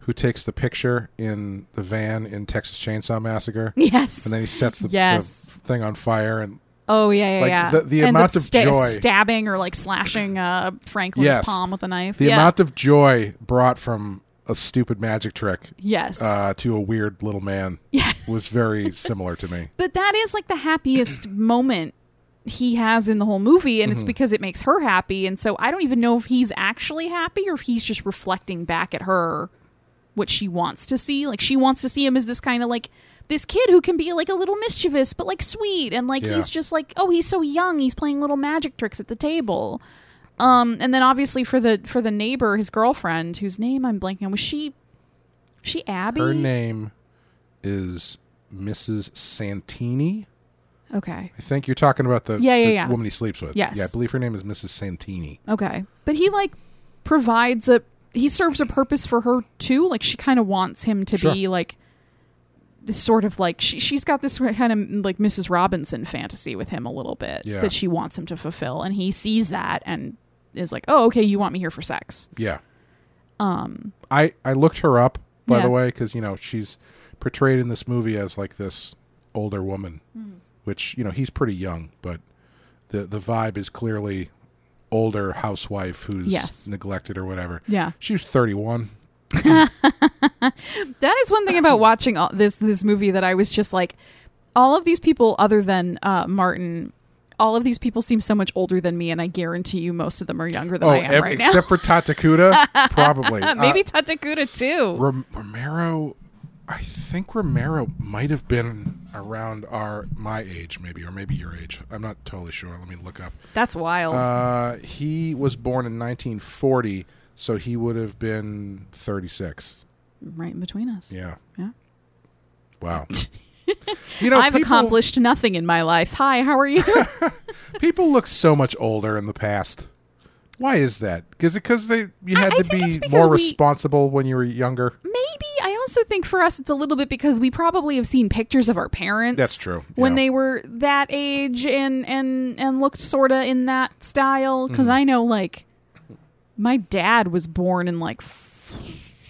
S1: who takes the picture in the van in Texas Chainsaw Massacre.
S2: Yes.
S1: And then he sets the, the
S2: Yes.
S1: thing on fire and
S2: oh yeah, yeah,
S1: like,
S2: yeah.
S1: the- the
S2: Ends
S1: amount
S2: up
S1: of joy-
S2: stabbing or like slashing uh, Franklin's
S1: Yes.
S2: palm with a knife.
S1: the
S2: yeah.
S1: amount of joy brought from a stupid magic trick
S2: yes.
S1: uh, to a weird little man
S2: Yeah.
S1: was very similar to me.
S2: But that is like the happiest moment he has in the whole movie, and
S1: Mm-hmm.
S2: it's because it makes her happy. And so I don't even know if he's actually happy or if he's just reflecting back at her what she wants to see. Like she wants to see him as this kind of like this kid who can be like a little mischievous but like sweet and like
S1: Yeah.
S2: he's just like oh he's so young he's playing little magic tricks at the table um and then obviously for the for the neighbor his girlfriend whose name i'm blanking on was she she abby
S1: Her name is Mrs. Santini.
S2: okay
S1: I think you're talking about the,
S2: Yeah, yeah,
S1: the
S2: yeah.
S1: woman he sleeps with.
S2: Yes.
S1: Yeah, I believe her name is Mrs. Santini.
S2: Okay. But he like provides a he serves a purpose for her too. Like she kind of wants him to be
S1: Sure.
S2: like this sort of like she she's got this kind of like Mrs. Robinson fantasy with him a little bit
S1: Yeah.
S2: that she wants him to fulfill and he sees that and is like, "Oh, okay, you want me here for sex."
S1: Yeah. Um I I looked her up by
S2: Um, Yeah.
S1: the way cuz you know she's portrayed in this movie as like this older woman
S2: Mm-hmm.
S1: which you know he's pretty young but the the vibe is clearly older housewife who's
S2: Yes.
S1: neglected or whatever.
S2: Yeah.
S1: She was 31.
S2: That is one thing about watching all, this this movie that I was just like, all of these people other than uh, Martin, all of these people seem so much older than me, and I guarantee you most of them are younger than I am
S1: Oh, ev-
S2: right now.
S1: except for Tatakuda, probably.
S2: Maybe
S1: Uh,
S2: Tatakuda too.
S1: Rom- Romero I think Romero might have been around our my age maybe or maybe your age. I'm not totally sure. Let me look up.
S2: That's wild.
S1: Uh, he was born in 1940, so he would have been 36.
S2: right in between us.
S1: Yeah.
S2: Yeah.
S1: Wow. You know,
S2: I've
S1: people,
S2: accomplished nothing in my life. Hi, how are you?
S1: People look so much older in the past. Why is that? Because because they you had
S2: I
S1: to
S2: think it's
S1: be
S2: because
S1: more
S2: we-
S1: responsible when you were younger.
S2: Maybe. I also think for us, it's a little bit because we probably have seen pictures of our parents.
S1: That's true,
S2: When
S1: yeah.
S2: they were that age and and and looked sorta in that style.
S1: Mm-hmm.
S2: Because I know, like, my dad was born in like f-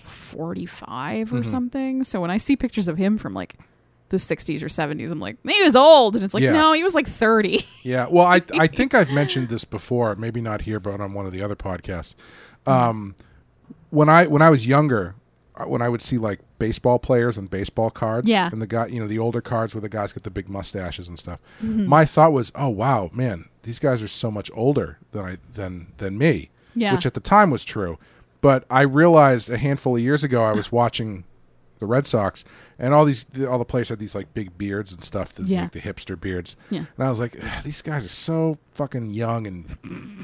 S2: forty-five or
S1: Mm-hmm.
S2: something. So when I see pictures of him from like the '60s or '70s, I'm like, he was old, and it's like,
S1: Yeah.
S2: no, he was like thirty.
S1: Yeah. Well, I I think I've mentioned this before, maybe not here, but on one of the other podcasts. Um, when I when I was younger, uh, when I would see like baseball players and baseball cards,
S2: Yeah.
S1: and the guy, you know, the older cards where the guys get the big mustaches and stuff.
S2: Mm-hmm.
S1: My thought was, oh wow, man, these guys are so much older than I than than me,
S2: Yeah.
S1: which at the time was true. But I realized a handful of years ago, I was watching the Red Sox, and all these all the players had these like big beards and stuff, the,
S2: Yeah.
S1: like the hipster beards.
S2: Yeah.
S1: And I was like, "Ugh, these guys are so fucking young. And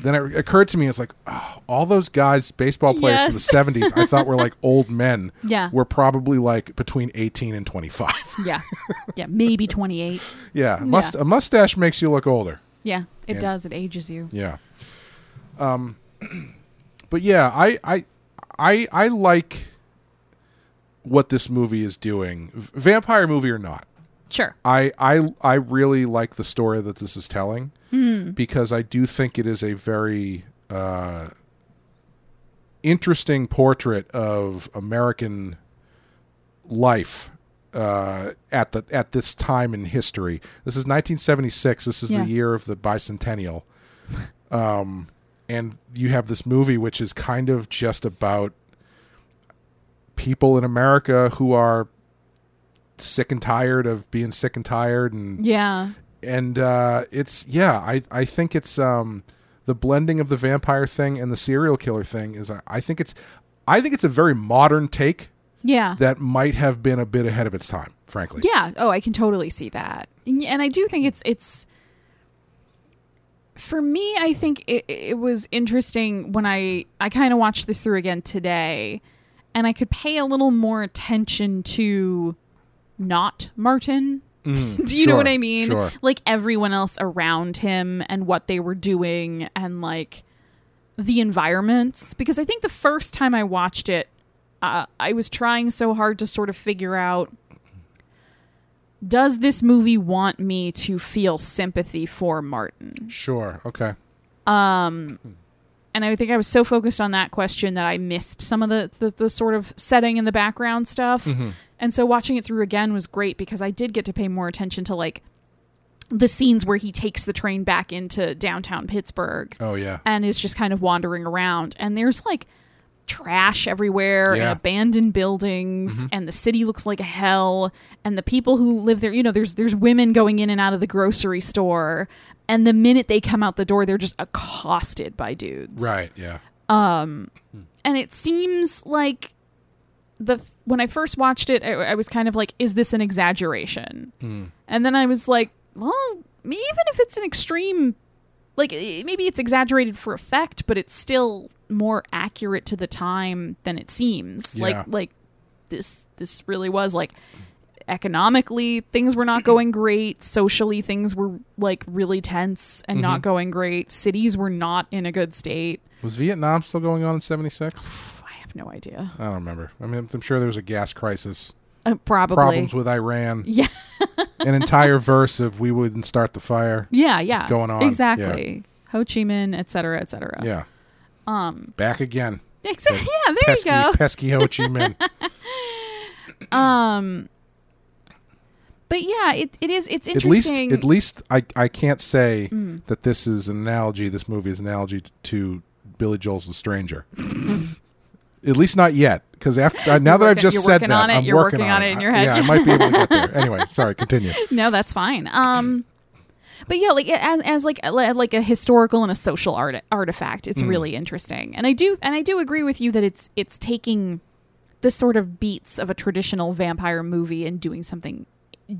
S1: then it occurred to me, it's like, oh, all those guys, baseball players
S2: Yes.
S1: from the 70s, I thought were like old men,
S2: Yeah.
S1: were probably like between 18 and 25.
S2: yeah, yeah, maybe twenty-eight.
S1: yeah. Must, A mustache makes you look older.
S2: Yeah, it
S1: Yeah.
S2: does. It ages you.
S1: Yeah. Um, but yeah, I, I, I, I like what this movie is doing, v- vampire movie or not.
S2: Sure.
S1: I I I really like the story that this is telling because I do think it is a very uh, interesting portrait of American life uh, at the at this time in history. This is 1976. This is
S2: Yeah.
S1: the year of the bicentennial. Um, and you have this movie which is kind of just about people in America who are sick and tired of being sick and tired and
S2: Yeah.
S1: and uh, it's yeah I, I think it's um, the blending of the vampire thing and the serial killer thing is I, I think it's i think it's a very modern take
S2: Yeah.
S1: that might have been a bit ahead of its time frankly
S2: Yeah. Oh, I can totally see that. And and I do think it's it's for me, I think it, it was interesting when I I kind of watched this through again today, and I could pay a little more attention to not Martin. do you know
S1: Mm. sure,
S2: what I mean?
S1: sure.
S2: Like everyone else around him and what they were doing and like the environments because I think the first time I watched it uh, I was trying so hard to sort of figure out does this movie want me to feel sympathy for Martin?
S1: sure okay
S2: and I think I was so focused on that question that I missed some of the the, the sort of setting and the background stuff.
S1: Mm-hmm.
S2: And so watching it through again was great because I did get to pay more attention to like the scenes where he takes the train back into downtown Pittsburgh
S1: oh yeah
S2: and is just kind of wandering around and there's like trash everywhere
S1: Yeah. Mm-hmm.
S2: and abandoned buildings and the city looks like a hell and the people who live there you know there's there's women going in and out of the grocery store and the minute they come out the door they're just accosted by dudes
S1: right yeah
S2: and it seems like the when I first watched it, I, I was kind of like, "Is this an exaggeration?" And then I was like, "Well, even if it's an extreme, like eh, maybe it's exaggerated for effect, but it's still more accurate to the time than it seems.
S1: Yeah.
S2: Like, like this this really was like." Economically, things were not going great. Socially, things were like really tense and not going great. Cities were not in a good state.
S1: was vietnam still going on in 76
S2: I have no idea.
S1: i don't remember i mean i'm sure there was a gas crisis
S2: Uh, probably.
S1: problems with iran
S2: Yeah.
S1: an entire verse of we wouldn't start the fire
S2: yeah, yeah.
S1: going on.
S2: Exactly. Ho Chi Minh, et cetera, et cetera.
S1: yeah um back again
S2: Exactly. Yeah, there
S1: pesky,
S2: you go.
S1: pesky Ho Chi Minh.
S2: But yeah, it, it is it's
S1: at least,
S2: interesting. Mm.
S1: at least I, I can't say that this is an analogy. This movie is an analogy t- to Billy Joel's The Stranger. at least not yet, because after uh, now that I've
S2: working-
S1: just
S2: you're
S1: said
S2: working
S1: that,
S2: on it,
S1: I'm
S2: you're
S1: working,
S2: working on it in your head.
S1: Yeah, I might be able to get there. Anyway, sorry. Continue.
S2: no, that's fine. Um But yeah, like as, as like a- like a historical and a social art, artifact, it's really interesting. And I do and I do agree with you that it's it's taking the sort of beats of a traditional vampire movie and doing something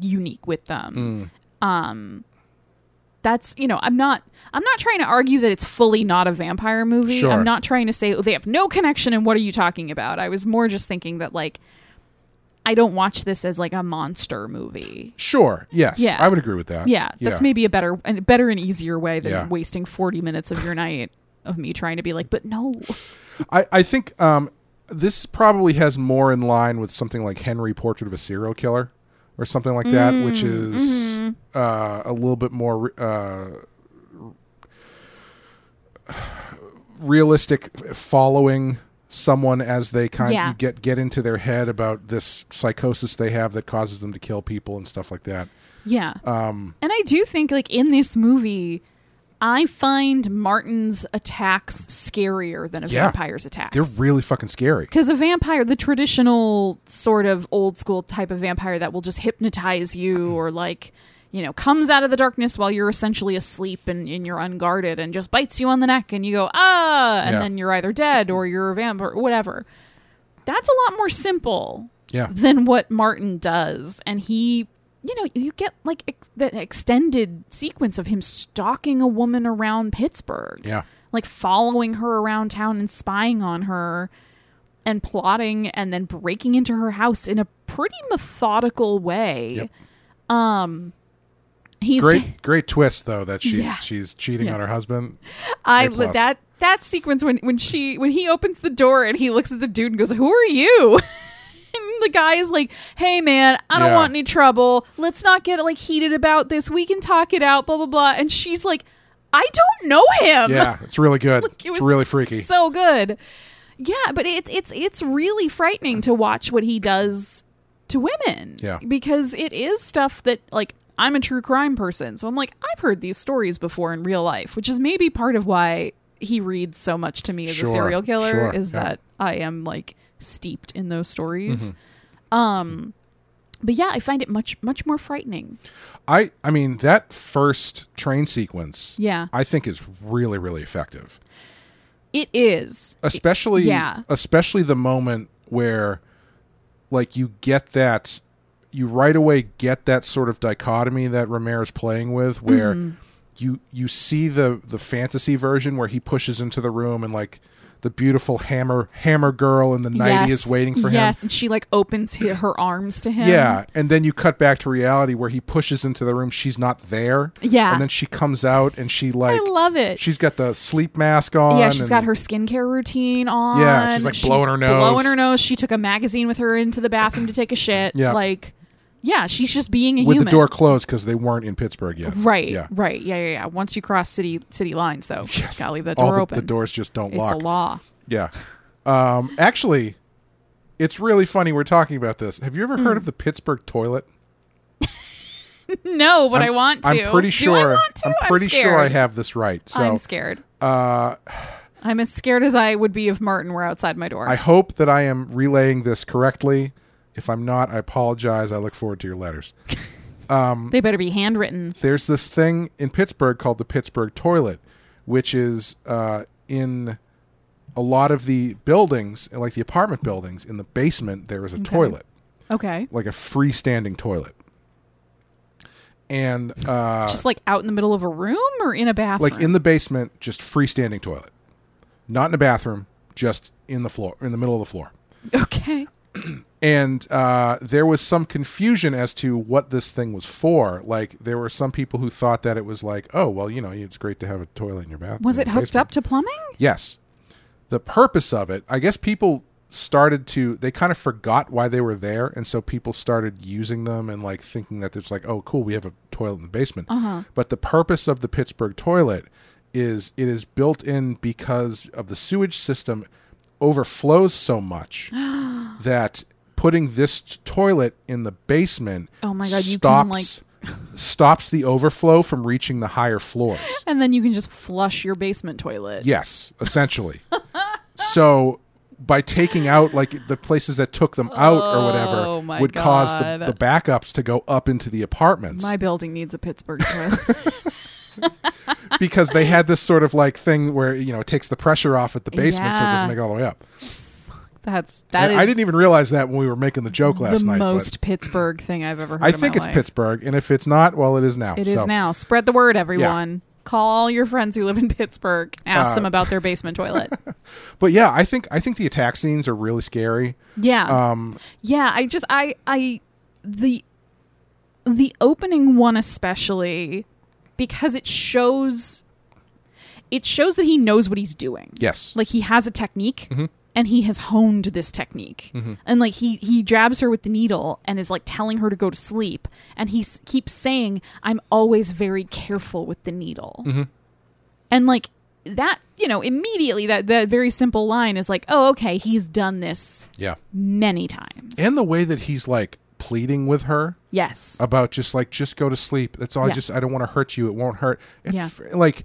S2: unique with them. Um that's you know i'm not i'm not trying to argue that it's fully not a vampire movie
S1: Sure.
S2: i'm not trying to say "Oh, they have no connection and what are you talking about i was more just thinking that like i don't watch this as like a monster movie
S1: Sure. Yes.
S2: Yeah.
S1: I would agree with that.
S2: yeah that's maybe a better and better and easier way than
S1: Yeah.
S2: wasting 40 minutes of your night of me trying to be like but no
S1: I, I think um, this probably has more in line with something like Henry Portrait of a Serial Killer or something like that,
S2: Mm,
S1: which is
S2: mm-hmm.
S1: uh, a little bit more uh, realistic f- following someone as they kind
S2: Yeah.
S1: you get get into their head about this psychosis they have that causes them to kill people and stuff like that.
S2: Yeah. Um and I do think like in this movie I find Martin's attacks scarier than a
S1: Yeah.
S2: vampire's attacks.
S1: They're really fucking scary.
S2: Cuz a vampire, the traditional sort of old school type of vampire that will just hypnotize
S1: Mm-hmm.
S2: you or like you know, comes out of the darkness while you're essentially asleep and, and you're unguarded and just bites you on the neck and you go, ah, and
S1: Yeah.
S2: then you're either dead or you're a vampire, whatever. That's a lot more simple
S1: Yeah.
S2: than what Martin does. And he, you know, you get like ex- that extended sequence of him stalking a woman around Pittsburgh.
S1: Yeah.
S2: Like following her around town and spying on her and plotting and then breaking into her house in a pretty methodical way. Um,
S1: Yep.
S2: He's
S1: Great great twist though that she's
S2: Yeah.
S1: she's cheating
S2: Yeah.
S1: on her husband.
S2: I
S1: A plus.
S2: that that sequence when when she when he opens the door and he looks at the dude and goes, "Who are you?" and the guy is like, "Hey man, I don't
S1: Yeah.
S2: want any trouble. Let's not get like heated about this. We can talk it out." Blah blah blah. And she's like, "I don't know him."
S1: Yeah, it's really good.
S2: It was
S1: it's really freaky.
S2: So good. Yeah, but it's it's it's really frightening to watch what he does to women.
S1: Yeah.
S2: Because it is stuff that like I'm a true crime person. So I'm like, I've heard these stories before in real life, which is maybe part of why he reads so much to me as
S1: Sure,
S2: a serial killer
S1: sure,
S2: is
S1: yeah.
S2: that I am like steeped in those stories.
S1: Mm-hmm.
S2: Um but yeah, I find it much much more frightening.
S1: I I mean that first train sequence
S2: Yeah.
S1: I think is really really effective.
S2: It is.
S1: Especially
S2: yeah.
S1: especially the moment where like you get that you right away get that sort of dichotomy that Romero's playing with where
S2: Mm-hmm.
S1: you you see the the fantasy version where he pushes into the room and like the beautiful hammer hammer girl in the 90s is waiting for him.
S2: Yes, and she like opens hi- her arms to him.
S1: Yeah, and then you cut back to reality where he pushes into the room. She's not there.
S2: Yeah.
S1: and then she comes out and she like
S2: love it.
S1: She's got the sleep mask on.
S2: Yeah, she's
S1: and-
S2: got her skincare routine on.
S1: Yeah, she's, like, blowing her nose.
S2: Blowing her nose. She took a magazine with her into the bathroom to take a shit.
S1: Yeah.
S2: Like, yeah, she's just being a
S1: with
S2: human.
S1: the door closed because they weren't in Pittsburgh yet.
S2: Right.
S1: Yeah.
S2: Right. Yeah. Yeah. Yeah. Once you cross city city lines, though,
S1: Yes.
S2: gotta leave that
S1: All
S2: door
S1: the,
S2: open.
S1: The doors just don't
S2: It's
S1: lock.
S2: a law.
S1: Yeah. Um. Actually, it's really funny we're talking about this. Have you ever
S2: Hmm.
S1: heard of the Pittsburgh toilet?
S2: No, but i want to.
S1: I'm pretty sure.
S2: Do I want to?
S1: am pretty sure I
S2: scared.
S1: have this right. So
S2: I'm scared. Uh, I'm as scared as I would be if Martin were outside my door.
S1: I hope that I am relaying this correctly. If I'm not, I apologize. I look forward to your letters.
S2: they better be handwritten.
S1: there's this thing in Pittsburgh called the Pittsburgh toilet, which is uh, in a lot of the buildings, like the apartment buildings, in the basement there is a toilet,
S2: Okay.
S1: like a freestanding toilet, and uh,
S2: Just like out in the middle of a room or in a bathroom.
S1: like in the basement, just freestanding toilet, not in a bathroom, just in the floor, in the middle of the floor.
S2: Okay.
S1: and uh, there was some confusion as to what this thing was for. Like there were some people who thought that it was like, oh, well, you know, it's great to have a toilet in your bathroom.
S2: Was it hooked up to plumbing?
S1: Yes. The purpose of it, I guess, people started to they kind of forgot why they were there, and so people started using them and like thinking that it's like, oh, cool, we have a toilet in the basement. Uh-huh. But the purpose of the Pittsburgh toilet is it is built in because of the sewage system overflows so much that putting this t- toilet in the basement
S2: Oh my God, you can, like-
S1: stops stops the overflow from reaching the higher floors.
S2: And then you can just flush your basement toilet.
S1: Yes, essentially. so by taking out like the places that took them out or
S2: Oh,
S1: whatever
S2: my
S1: would cause the,
S2: God.
S1: the backups to go up into the apartments
S2: My building needs a Pittsburgh toilet.
S1: because they had this sort of like thing where you know it takes the pressure off at the basement so it doesn't
S2: Yeah.
S1: make it all the way up.
S2: That's that
S1: And
S2: is
S1: I didn't even realize that when we were making the joke last
S2: the
S1: night. but
S2: most Pittsburgh thing I've ever heard.
S1: I
S2: in
S1: think
S2: my
S1: it's
S2: life.
S1: Pittsburgh, and if it's not, well, it is now.
S2: It is
S1: so.
S2: now. Spread the word, everyone. Call all your friends who live in Pittsburgh.
S1: Uh,
S2: Ask them about their basement toilet.
S1: But yeah, I think I think the attack scenes are really scary.
S2: Yeah.
S1: Um,
S2: yeah, I just I I the the opening one especially because it shows it shows that he knows what he's doing.
S1: Yes.
S2: Like he has a technique and he has honed this technique. And like he he jabs her with the needle and is like telling her to go to sleep and he s- keeps saying I'm always very careful with the needle. And like that, you know, immediately that that very simple line is like, "Oh, okay, he's done this
S1: yeah,
S2: many times."
S1: and the way that he's like pleading with her
S2: yes.
S1: about just like just go to sleep. That's all. I
S2: Yeah.
S1: just I don't want to hurt you. It won't hurt. It's
S2: Yeah.
S1: fr- like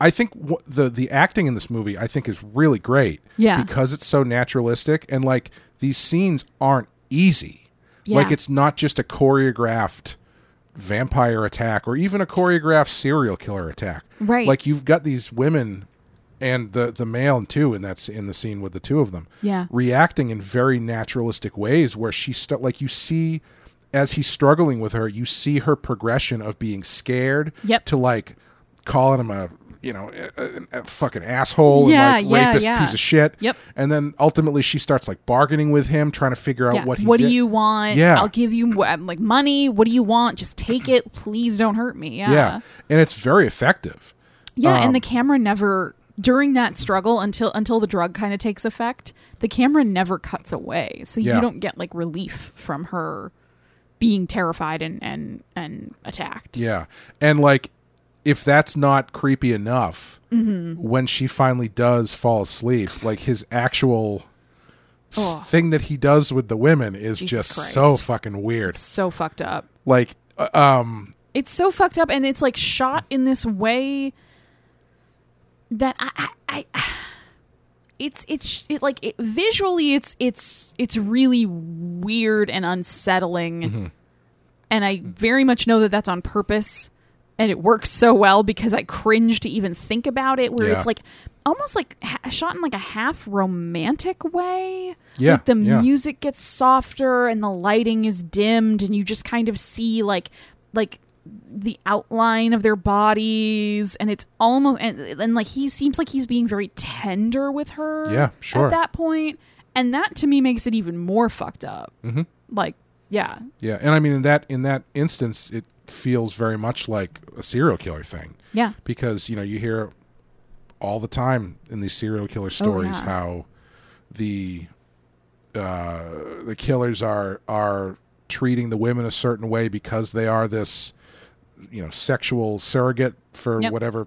S1: I think w- the the acting in this movie I think is really great.
S2: Yeah.
S1: because it's so naturalistic and like these scenes aren't easy. Like
S2: Yeah.
S1: it's not just a choreographed vampire attack or even a choreographed serial killer attack.
S2: Right.
S1: Like you've got these women and the the male too and that's in the scene with the two of them
S2: Yeah.
S1: reacting in very naturalistic ways where she stu- like you see as he's struggling with her you see her progression of being scared
S2: Yep.
S1: to like calling him a you know a, a- a fucking asshole
S2: Yeah,
S1: and like
S2: yeah,
S1: rapist
S2: yeah.
S1: piece of shit
S2: Yep.
S1: and then ultimately she starts like bargaining with him trying to figure out
S2: Yeah.
S1: what he
S2: do
S1: did.
S2: you want?
S1: Yeah.
S2: I'll give you wh- I'm like money. What do you want? Just take it. Please don't hurt me. Yeah.
S1: yeah Um, and it's very effective
S2: Yeah, and the camera never during that struggle until until the drug kind of takes effect, the camera never cuts away. So
S1: Yeah.
S2: you don't get like relief from her being terrified and and and attacked.
S1: Yeah. And like if that's not creepy enough,
S2: Mm-hmm.
S1: when she finally does fall asleep, like his actual s-
S2: Ugh.
S1: thing that he does with the women is
S2: Jesus
S1: just
S2: Christ.
S1: so fucking weird.
S2: So fucked up.
S1: Like uh, um
S2: It's so fucked up and it's like shot in this way that I, I, I it's it's it like it, visually it's it's it's really weird and unsettling,
S1: Mm-hmm.
S2: and I very much know that that's on purpose, and it works so well because I cringe to even think about it. Where
S1: Yeah.
S2: it's like almost like ha- shot in like a half romantic way.
S1: Yeah,
S2: like the
S1: yeah.
S2: music gets softer and the lighting is dimmed, and you just kind of see like like the outline of their bodies and it's almost and, and like he seems like he's being very tender with her
S1: Yeah, sure.
S2: at that point and that to me makes it even more fucked up mm-hmm. like yeah
S1: Yeah, and I mean in that in that instance, it feels very much like a serial killer thing
S2: yeah
S1: because you know you hear all the time in these serial killer stories
S2: Oh, yeah.
S1: how the uh, the killers are are treating the women a certain way because they are this you know sexual surrogate for
S2: Yep.
S1: whatever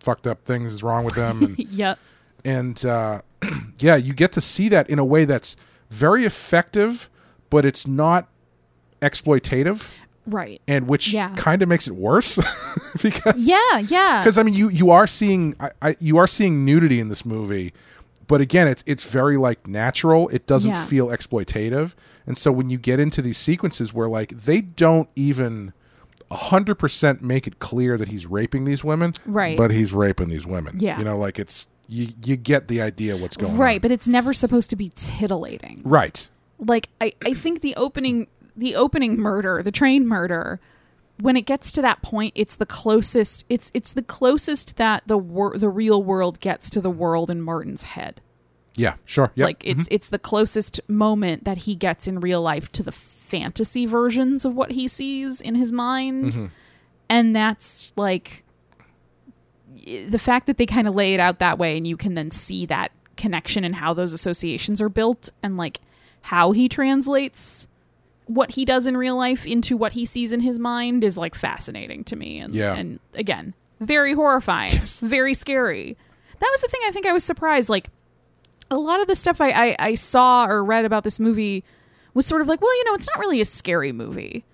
S1: fucked up things is wrong with them and
S2: yep
S1: and uh, yeah, you get to see that in a way that's very effective, but it's not exploitative,
S2: right
S1: and which
S2: Yeah.
S1: kind of makes it worse because
S2: yeah yeah
S1: because I mean you you are seeing I, I, you are seeing nudity in this movie, but again it's it's very like natural. It doesn't
S2: Yeah.
S1: feel exploitative, and so when you get into these sequences where like they don't even. 100% make it clear that he's raping these women
S2: Right.
S1: but he's raping these women
S2: Yeah.
S1: you know like it's you you get the idea what's going on
S2: right but it's never supposed to be titillating
S1: Right.
S2: like I, I think the opening the opening murder the train murder when it gets to that point it's the closest it's it's the closest that the wor- the real world gets to the world in martin's head
S1: Yeah. Sure. Yep.
S2: like it's it's the closest moment that he gets in real life to the fantasy versions of what he sees in his mind and that's like y- the fact that they kind of lay it out that way and you can then see that connection and how those associations are built and like how he translates what he does in real life into what he sees in his mind is like fascinating to me and
S1: Yeah.
S2: and again very horrifying very scary that was the thing i think i was surprised like a lot of the stuff I, I, I saw or read about this movie was sort of like, well, you know, it's not really a scary movie.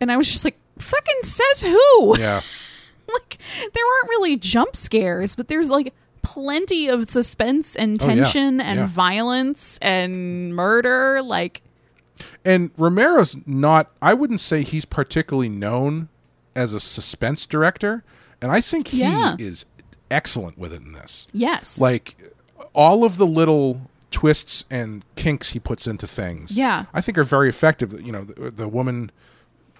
S2: And I was just like, fucking says who?
S1: yeah.
S2: like, there aren't really jump scares, but there's like plenty of suspense and
S1: Oh, yeah.
S2: tension and
S1: Yeah.
S2: violence and murder. Like,
S1: And Romero's not. I wouldn't say he's particularly known as a suspense director, and I think he
S2: Yeah.
S1: is excellent with it in this.
S2: yes.
S1: Like all of the little twists and kinks he puts into things.
S2: Yeah.
S1: I think are very effective. You know, the, the woman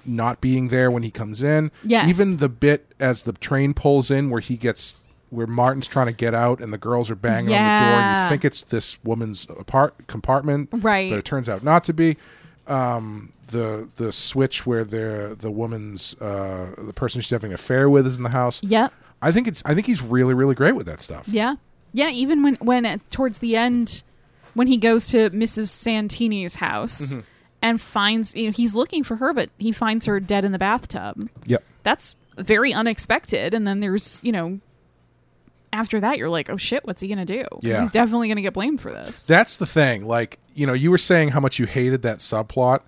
S1: not being there when he comes in.
S2: Yes.
S1: Even the bit as the train pulls in where he gets where Martin's trying to get out and the girls are banging on the door. and
S2: Yeah.
S1: You think it's this woman's apart compartment,
S2: Right.
S1: But it turns out not to be. Um, the the switch where the the woman's uh, the person she's having an affair with is in the house.
S2: yep.
S1: I think it's I think he's really really great with that stuff.
S2: Yeah. Yeah. Even when, when uh, towards the end, when he goes to Mrs. Santini's house
S1: Mm-hmm.
S2: and finds, you know, he's looking for her, but he finds her dead in the bathtub.
S1: Yep.
S2: that's very unexpected. And then there's, you know, after that, you're like, oh shit, what's he going to do? 'Cause
S1: Yeah.
S2: He's definitely going to get blamed for this.
S1: That's the thing. Like, you know, you were saying how much you hated that subplot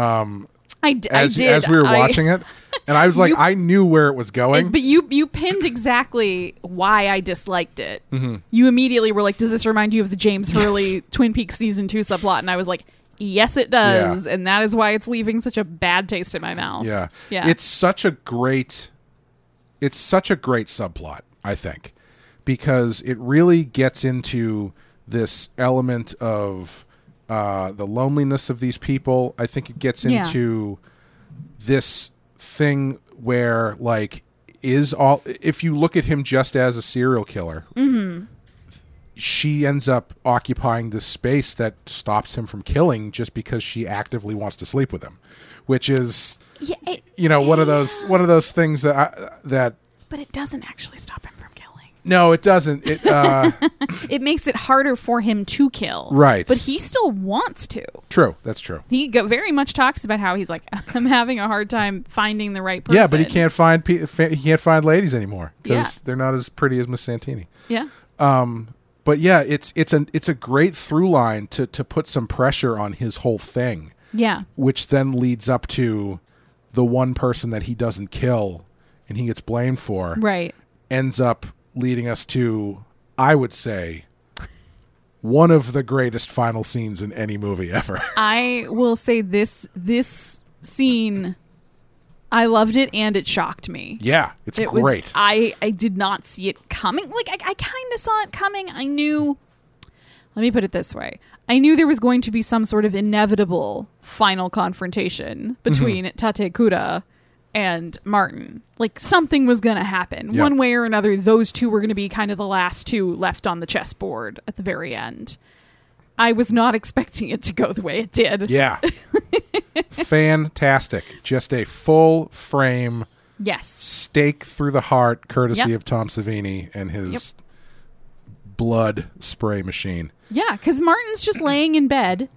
S2: I, d- I
S1: as
S2: did.
S1: as we were
S2: I-
S1: watching it, and I was like, I knew where it was going.
S2: But you you pinned exactly why I disliked it.
S1: Mm-hmm.
S2: You immediately were like, "Does this remind you of the James Hurley Twin Peaks season two subplot?" And I was like, "Yes, it does," and that is why it's leaving such a bad taste in my mouth.
S1: yeah.
S2: yeah.
S1: It's such a great it's such a great subplot, I think, because it really gets into this element of uh, the loneliness of these people. I think it gets
S2: Yeah.
S1: into this thing where, like, is all if you look at him just as a serial killer,
S2: Mm-hmm.
S1: she ends up occupying this space that stops him from killing just because she actively wants to sleep with him, which is
S2: yeah it,
S1: you know one of those one of those things that I, that
S2: but it doesn't actually stop him from killing.
S1: no it doesn't it uh
S2: It makes it harder for him to kill,
S1: Right.
S2: But he still wants to.
S1: true that's true
S2: he go- very much talks about how he's like i'm having a hard time finding the right person
S1: yeah but he can't find pe- fa- he can't find ladies anymore because
S2: Yeah.
S1: they're not as pretty as miss santini
S2: yeah
S1: but yeah it's it's an it's a great through line to to put some pressure on his whole thing
S2: yeah
S1: which then leads up to the one person that he doesn't kill and he gets blamed for
S2: right
S1: ends up leading us to, I would say, one of the greatest final scenes in any movie ever.
S2: I will say this this scene I loved it and it shocked me.
S1: yeah, it's
S2: It was
S1: great.
S2: I I did not see it coming. Like I, I kind of saw it coming. I knew Let me put it this way. I knew there was going to be some sort of inevitable final confrontation
S1: Mm-hmm.
S2: between Tate Kuda and Martin. Like something was going to happen.
S1: Yeah.
S2: One way or another, those two were going to be kind of the last two left on the chessboard at the very end. I was not expecting it to go the way it did.
S1: yeah. Fantastic. Just a full frame
S2: Yes.
S1: stake through the heart, courtesy
S2: Yep.
S1: of Tom Savini and his blood spray machine.
S2: Yeah, because Martin's just laying in bed,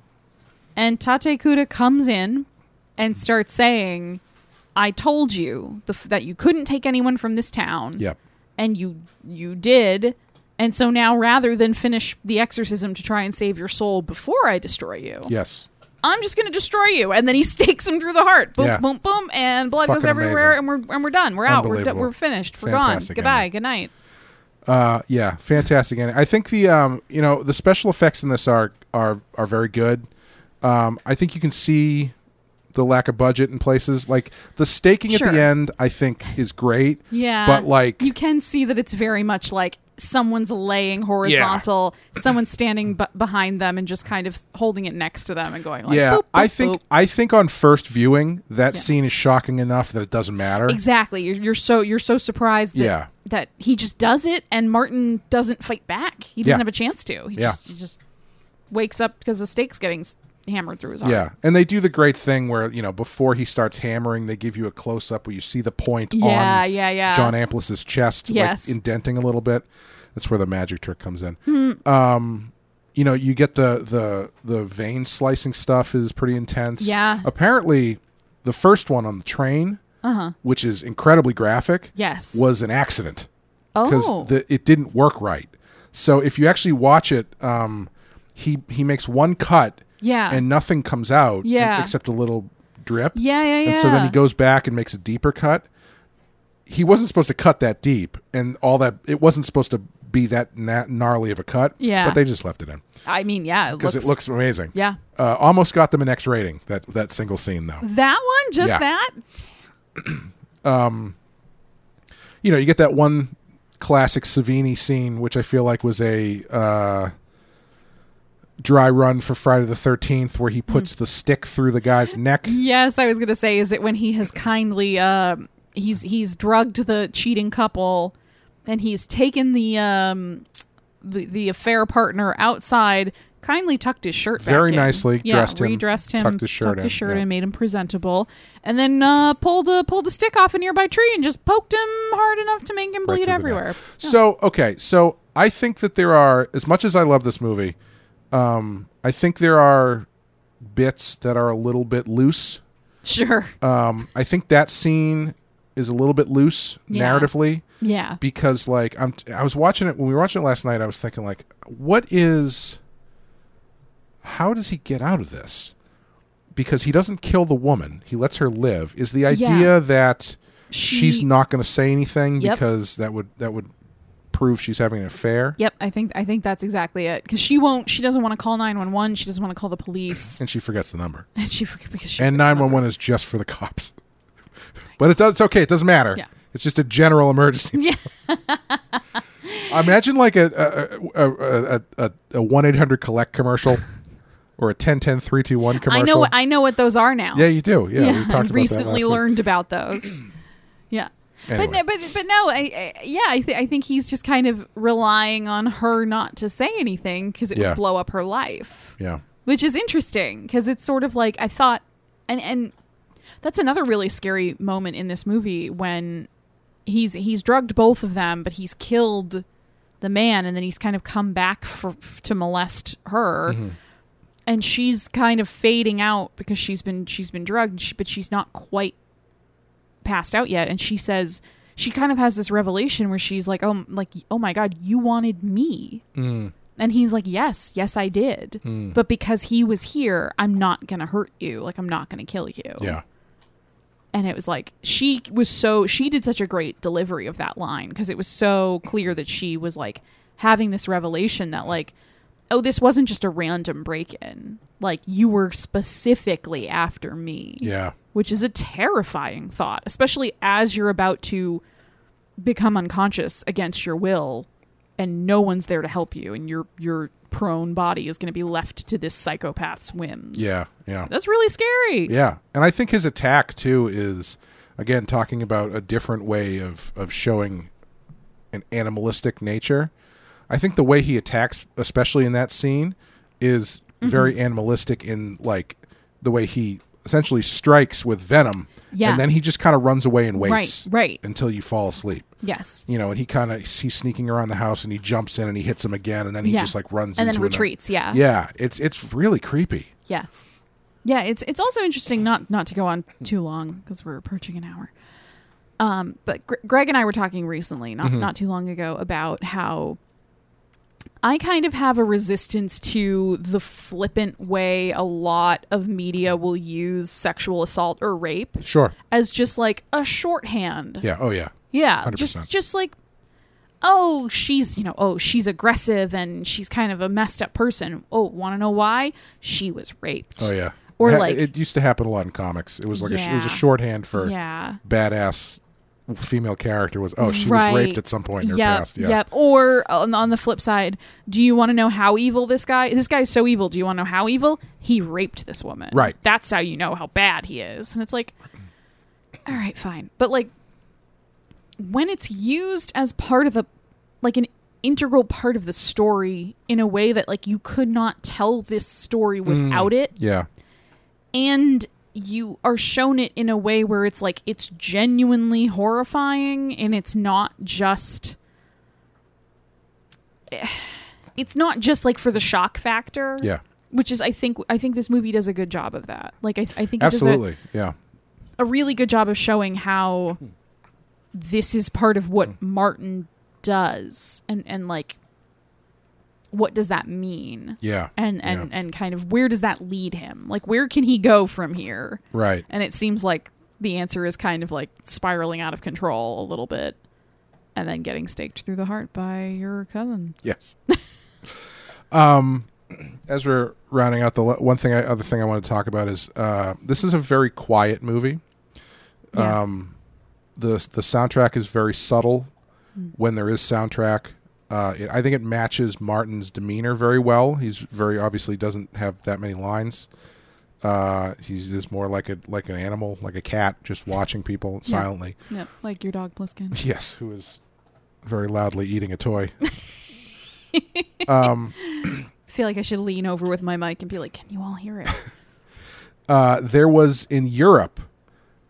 S2: and Tate Kuda comes in and starts saying, "I told you the f- that you couldn't take anyone from this town,
S1: Yep.
S2: and you you did." And so now, rather than finish the exorcism to try and save your soul before I destroy you,
S1: Yes.
S2: I'm just going to destroy you. And then he stakes him through the heart. Boom,
S1: Yeah.
S2: boom, boom, and blood goes
S1: Fucking
S2: everywhere.
S1: amazing.
S2: And we're and we're done. We're out. We're, do-
S1: Unbelievable.
S2: we're finished. We're
S1: Fantastic
S2: gone. Goodbye.
S1: ending.
S2: Good night.
S1: Uh, yeah, fantastic. And I think the um, you know, the special effects in this are are are very good. Um, I think you can see the lack of budget in places like the staking
S2: Sure.
S1: at the end. I think is great.
S2: Yeah.
S1: but like
S2: you can see that it's very much like someone's laying horizontal, someone's standing b- behind them and just kind of holding it next to them and going like,
S1: yeah,
S2: boop, boop,
S1: I think
S2: boop.
S1: I think on first viewing that
S2: Yeah.
S1: scene is shocking enough that it doesn't matter.
S2: exactly. You're, you're so you're so surprised that
S1: Yeah.
S2: that he just does it and Martin doesn't fight back. He doesn't
S1: Yeah.
S2: have a chance to. He
S1: Yeah.
S2: just he just wakes up because the stake's getting s- hammered through his arm.
S1: Yeah, and they do the great thing where you know before he starts hammering, they give you a close up where you see the point
S2: Yeah,
S1: on
S2: yeah, yeah.
S1: John Amplis's chest,
S2: Yes.
S1: like indenting a little bit. That's where the magic trick comes in.
S2: Hmm.
S1: Um, you know, you get the the the vein slicing stuff is pretty intense.
S2: Yeah.
S1: apparently the first one on the train,
S2: Uh-huh.
S1: which is incredibly graphic,
S2: Yes.
S1: was an accident because
S2: Oh.
S1: it didn't work right. So if you actually watch it, um, he he makes one cut,
S2: Yeah.
S1: and nothing comes out,
S2: Yeah.
S1: e- except a little drip,
S2: Yeah, yeah,
S1: And so then
S2: yeah.
S1: he goes back and makes a deeper cut. He wasn't supposed to cut that deep, and all that it wasn't supposed to be that na- gnarly of a cut.
S2: Yeah.
S1: but they just left it in
S2: I mean, yeah,
S1: because it looks amazing.
S2: Yeah.
S1: uh, almost got them an X rating that that single scene though.
S2: that one, just
S1: Yeah.
S2: that.
S1: you know, you get that one classic Savini scene, which I feel like was a uh, dry run for Friday the Thirteenth, where he puts the stick through the guy's neck.
S2: Yes, I was gonna say, is it when he has kindly um he's he's drugged the cheating couple, and he's taken the um the the affair partner outside, kindly tucked his shirt back
S1: Very
S2: in.
S1: nicely
S2: yeah,
S1: dressed him,
S2: redressed him,
S1: tucked his shirt in, yeah.
S2: and made him presentable, and then uh, pulled a pulled a stick off a nearby tree and just poked him hard enough to make him
S1: right
S2: bleed
S1: through the neck.
S2: everywhere.
S1: So okay, so I think that there are, as much as I love this movie, um, I think there are bits that are a little bit loose.
S2: Sure,
S1: Um, I think that scene is a little bit loose
S2: Yeah.
S1: narratively.
S2: yeah,
S1: because like I'm I was watching it when we were watching it last night I was thinking like what is how does he get out of this because he doesn't kill the woman he lets her live is the idea that she's
S2: She-
S1: not going to say anything
S2: Yep.
S1: because that would that would prove she's having an affair
S2: Yep, I think I think that's exactly it. Because she won't, she doesn't want to call nine one one. She doesn't want to call the police,
S1: and she forgets the number
S2: and she because she
S1: and 911 is just for the cops but it does it's okay it doesn't matter
S2: Yeah.
S1: it's just a general emergency
S2: Yeah.
S1: imagine like a a a a- a one eight hundred collect commercial or a 1010 321
S2: I
S1: commercial.
S2: know what I know what those are now.
S1: yeah, you do. Yeah, we talked
S2: I
S1: about that
S2: recently
S1: last week.
S2: learned about those. yeah. But,
S1: Anyway.
S2: no, but but no, I, I yeah, I, th- I think he's just kind of relying on her not to say anything because it
S1: Yeah.
S2: would blow up her life,
S1: Yeah,
S2: which is interesting because it's sort of like I thought, and and that's another really scary moment in this movie when he's he's drugged both of them, but he's killed the man, and then he's kind of come back for, f- to molest her, and she's kind of fading out because she's been she's been drugged, she- but she's not quite passed out yet, and she says. She kind of has this revelation where she's like, "Oh, m- like oh my god, you wanted me," and he's like, "Yes, yes, I did, but because he was here, I'm not gonna hurt you. Like I'm not gonna kill you."
S1: yeah.
S2: and it was like she was so she did such a great delivery of that line because it was so clear that she was like having this revelation that like oh this wasn't just a random break-in like you were specifically after me
S1: Yeah.
S2: which is a terrifying thought especially as you're about to become unconscious against your will and no one's there to help you and your your prone body is going to be left to this psychopath's whims
S1: Yeah. Yeah.
S2: that's really scary
S1: Yeah, and I think his attack too is again talking about a different way of of showing an animalistic nature. I think the way he attacks, especially in that scene, is
S2: Mm-hmm.
S1: very animalistic in like the way he essentially strikes with venom,
S2: Yeah.
S1: and then he just kind of runs away and waits,
S2: Right, right.
S1: until you fall asleep.
S2: yes
S1: You know, and he kind of he's sneaking around the house, and he jumps in, and he hits him again, and then he
S2: Yeah.
S1: just like runs
S2: and then
S1: into another-
S2: retreats yeah
S1: Yeah, it's it's really creepy.
S2: Yeah. Yeah, it's it's also interesting not not to go on too long because we're approaching an hour. Um, but Gre- Greg and I were talking recently,
S1: Mm-hmm.
S2: not not too long ago, about how I kind of have a resistance to the flippant way a lot of media will use sexual assault or rape
S1: Sure.
S2: as just like a shorthand.
S1: Yeah. Oh yeah.
S2: Yeah,
S1: 100%.
S2: just just like oh, she's, you know, oh, she's aggressive and she's kind of a messed up person. Oh, want to know why? She was raped.
S1: Oh yeah.
S2: Or,
S1: Ha-
S2: like-
S1: it used to happen a lot in comics. It was like a, it was a
S2: Yeah.
S1: shorthand for
S2: Yeah.
S1: badass female character was oh she was raped at some point in her
S2: yep,
S1: past. Yeah.
S2: Yep. Or on, on the flip side, do you want to know how evil this guy? This guy's so evil. Do you want to know how evil he raped this woman?
S1: Right.
S2: That's how you know how bad he is. And it's like, all right, fine, but like when it's used as part of the like an integral part of the story in a way that like you could not tell this story
S1: Mm,
S2: without it
S1: Yeah.
S2: and you are shown it in a way where it's like it's genuinely horrifying and it's not just eh, it's not just like for the shock factor
S1: Yeah.
S2: which is i think i think this movie does a good job of that like i, I think it does
S1: Absolutely. Yeah.
S2: a, a really good job of showing how this is part of what martin does and and like what does that mean
S1: Yeah.
S2: and and
S1: Yeah.
S2: and kind of where does that lead him like where can he go from here
S1: right.
S2: and it seems like the answer is kind of like spiraling out of control a little bit and then getting staked through the heart by your cousin
S1: Yes. um, as we're rounding out the le- one thing, I, other thing I want to talk about is uh, this is a very quiet movie.
S2: yeah.
S1: Um, the The soundtrack is very subtle when there is soundtrack. Uh, it, I think it matches Martin's demeanor very well. He's very obviously doesn't have that many lines. Uh, he's just more like a like an animal, like a cat, just watching people silently.
S2: Yep, like your dog Pliskin.
S1: Yes, who is very loudly eating a toy.
S2: I feel like I should lean over with my mic and be like, "Can you all hear it?"
S1: uh, there was in Europe,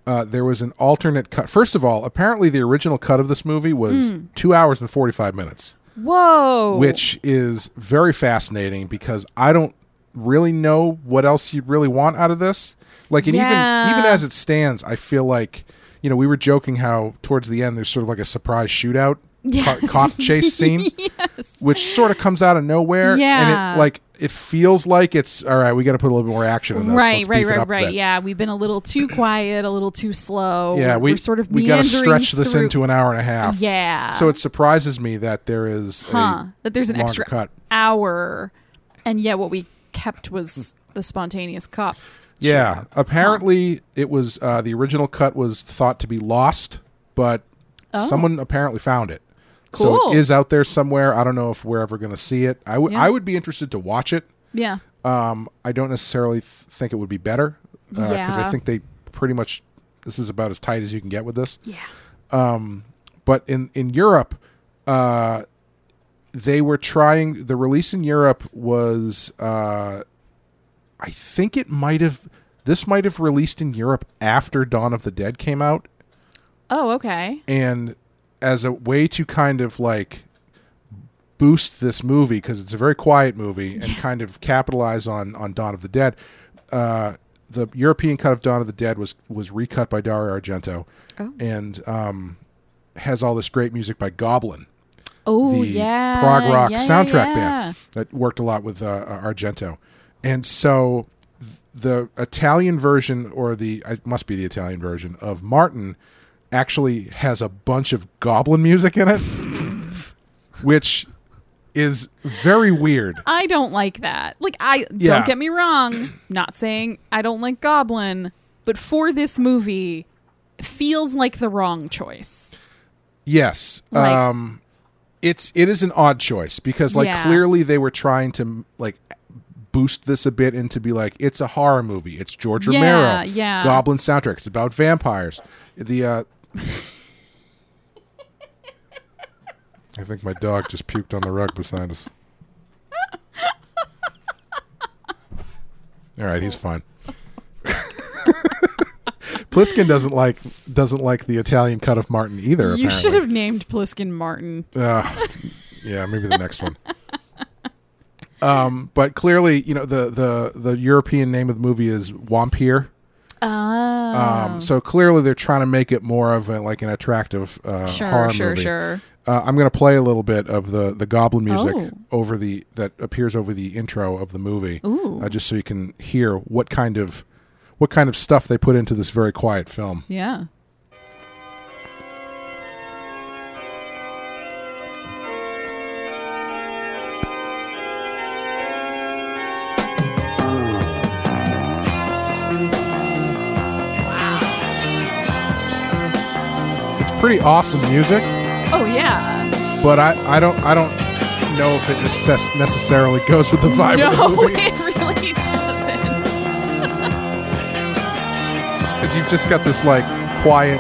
S1: uh, there was an alternate cut. First of all, apparently the original cut of this movie was two hours and forty five minutes.
S2: Whoa!
S1: which is very fascinating because I don't really know what else you'd really want out of this. Like, and
S2: Yeah.
S1: even even as it stands, I feel like you know we were joking how towards the end there's sort of like a surprise shootout
S2: Yes.
S1: cop chase scene,
S2: yes,
S1: which sort of comes out of nowhere.
S2: Yeah.
S1: and it like it feels like it's all right. We got to put a little bit more action in this.
S2: right,
S1: Let's
S2: right,
S1: beef it
S2: right,
S1: up a
S2: right.
S1: bit.
S2: Yeah, we've been a little too quiet, a little too slow.
S1: yeah.
S2: We're-
S1: We
S2: we're sort of
S1: we got to
S2: meandering
S1: stretch this
S2: through-
S1: into an hour and a half.
S2: Yeah.
S1: So it surprises me that there is
S2: huh?
S1: a
S2: That there's an
S1: longer
S2: extra
S1: cut.
S2: hour, and yet what we kept was the spontaneous cop.
S1: Yeah. Apparently, it was uh, the original cut was thought to be lost, but someone apparently found it. So
S2: Oh. Cool.
S1: it is out there somewhere. I don't know if we're ever going to see it. I would
S2: Yeah.
S1: I would be interested to watch it.
S2: Yeah.
S1: Um, I don't necessarily th- think it would be better because I
S2: Yeah.
S1: think they pretty much this is about as tight as you can get with this.
S2: Yeah.
S1: Um, But in in Europe, uh, they were trying. The release in Europe was, uh, I think it might have. This might have released in Europe after Dawn of the Dead came out,
S2: Oh, okay.
S1: and as a way to kind of like boost this movie because it's a very quiet movie and kind of capitalize on on Dawn of the Dead. Uh, the European cut of Dawn of the Dead was was recut by Dario Argento, and um, has all this great music by Goblin
S2: Oh,
S1: the
S2: yeah.
S1: prog rock
S2: Yeah, yeah,
S1: soundtrack
S2: yeah.
S1: band that worked a lot with uh, uh, Argento. And so the Italian version, or the uh, it must be the Italian version of Martin, actually has a bunch of goblin music in it, which is very weird.
S2: I don't like that. Like I
S1: Yeah.
S2: don't get me wrong, not saying I don't like Goblin, but for this movie feels like the wrong choice.
S1: Yes.
S2: Like-
S1: um it's it is an odd choice because like
S2: Yeah.
S1: clearly they were trying to like boost this a bit and to be like it's a horror movie. It's George
S2: Yeah,
S1: Romero.
S2: yeah.
S1: Goblin soundtrack. It's about vampires. The uh I think my dog just puked on the rug beside us. All right, he's fine. Pliskin doesn't like doesn't like the Italian cut of Martin either.
S2: You
S1: apparently.
S2: should have named Pliskin Martin.
S1: Uh, yeah, maybe the next one. Um, but clearly, you know the the the European name of the movie is Wampir.
S2: Ah,
S1: Um, so clearly they're trying to make it more of a, like an attractive uh,
S2: sure,
S1: horror
S2: sure,
S1: movie.
S2: sure.
S1: Uh, I'm going to play a little bit of the the goblin music
S2: Oh.
S1: over the that appears over the intro of the movie,
S2: Ooh.
S1: Uh, just so you can hear what kind of what kind of stuff they put into this very quiet film.
S2: Yeah.
S1: It's pretty awesome music.
S2: Oh yeah.
S1: but I, I don't I don't know if it necess- necessarily goes with the vibe of the
S2: No,
S1: movie
S2: it really doesn't.
S1: because you've just got this like quiet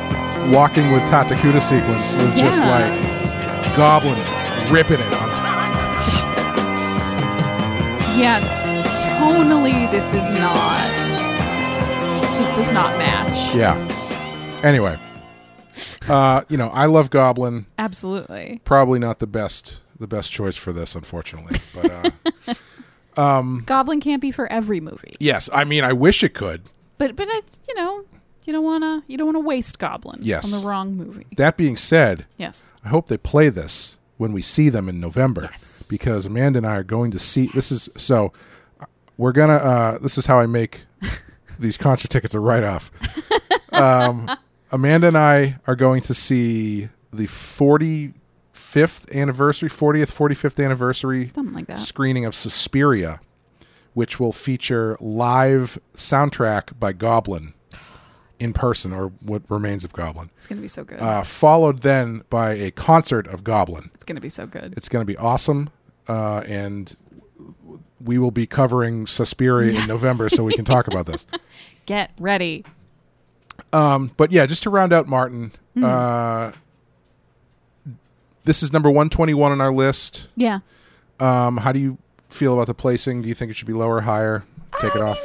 S1: walking with Tatakuta sequence with just
S2: Yeah.
S1: like goblin ripping it on top.
S2: Yeah. Tonally, this is not. This does not match.
S1: yeah. Anyway, uh, you know I love Goblin.
S2: Absolutely.
S1: Probably not the best the best choice for this, unfortunately. But uh,
S2: Goblin can't be for every movie.
S1: yes, I mean I wish it could.
S2: But but it's you know you don't wanna you don't wanna waste Goblin
S1: Yes.
S2: on the wrong movie.
S1: That being said,
S2: Yes.
S1: I hope they play this when we see them in November because Amanda and I are going to see this is so uh, we're gonna uh, this is how I make these concert tickets a write off. Um, Amanda and I are going to see the 45th anniversary 40th 45th anniversary
S2: Something like that.
S1: screening of Suspiria which will feature live soundtrack by Goblin in person or what remains of Goblin
S2: It's gonna be so good.
S1: uh, followed then by a concert of Goblin.
S2: it's gonna be so good.
S1: It's going to be awesome, uh, and we will be covering Suspiria in November, so we can talk about this.
S2: Get ready.
S1: But yeah, just to round out Martin, uh, this is number one twenty one on our list.
S2: Yeah.
S1: Um, how do you feel about the placing? Do you think it should be lower, or higher? Take it off.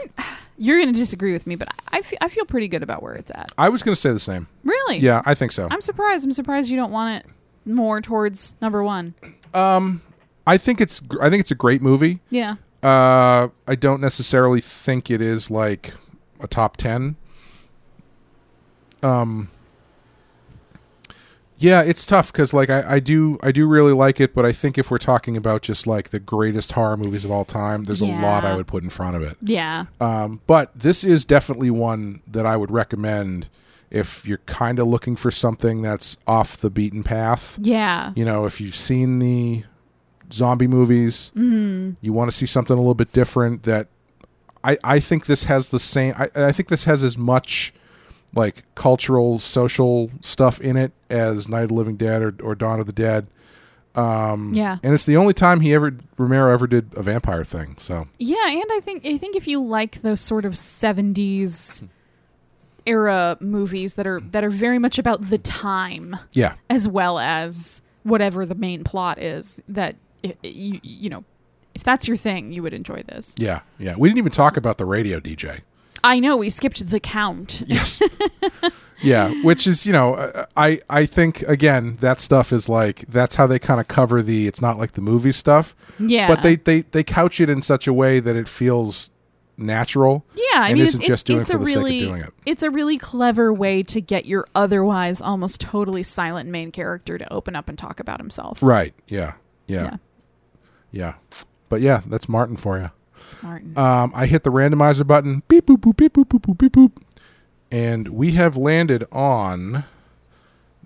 S2: You're gonna disagree with me, but I, I, feel, I feel pretty good about where it's at.
S1: I was going to say the same.
S2: Really?
S1: Yeah, I think so.
S2: I'm surprised. I'm surprised you don't want it more towards number one.
S1: I think it's gr- I think it's a great movie.
S2: Yeah.
S1: Uh, I don't necessarily think it is like a top ten. Um, yeah, it's tough because like I, I do I do really like it, but I think if we're talking about just like the greatest horror movies of all time, there's a lot I
S2: Yeah.
S1: would put in front of it.
S2: Yeah.
S1: Um, but this is definitely one that I would recommend if you're kind of looking for something that's off the beaten path
S2: Yeah.
S1: you know, if you've seen the zombie movies, you want to see something a little bit different that I, I think this has the same I, I think this has as much like cultural social stuff in it as Night of the Living Dead or, or Dawn of the Dead.
S2: Yeah.
S1: Mm. And it's the only time he ever Romero ever did a vampire thing. So
S2: Yeah, and I think I think if you like those sort of seventies era movies that are that are very much about the time
S1: yeah.
S2: as well as whatever the main plot is, that i you you know, if that's your thing, you would enjoy this.
S1: Yeah. Yeah. We didn't even talk about the radio DJ.
S2: I know we skipped the count.
S1: Yes. yeah, which is you know, uh, I I think again that stuff is like that's how they kind of cover the. It's not like the movie stuff.
S2: Yeah.
S1: But they they they couch it in such a way that it feels natural.
S2: Yeah, I
S1: and
S2: mean,
S1: isn't
S2: it's,
S1: just doing
S2: it's
S1: it for
S2: a
S1: the
S2: really,
S1: sake of doing it.
S2: It's a really clever way to get your otherwise almost totally silent main character to open up and talk about himself.
S1: Right. Yeah. Yeah.
S2: Yeah.
S1: Yeah. But yeah, that's Martin for you.
S2: Martin.
S1: Um, I hit the randomizer button. Beep boop boop beep boop boop boop beep boop, and we have landed on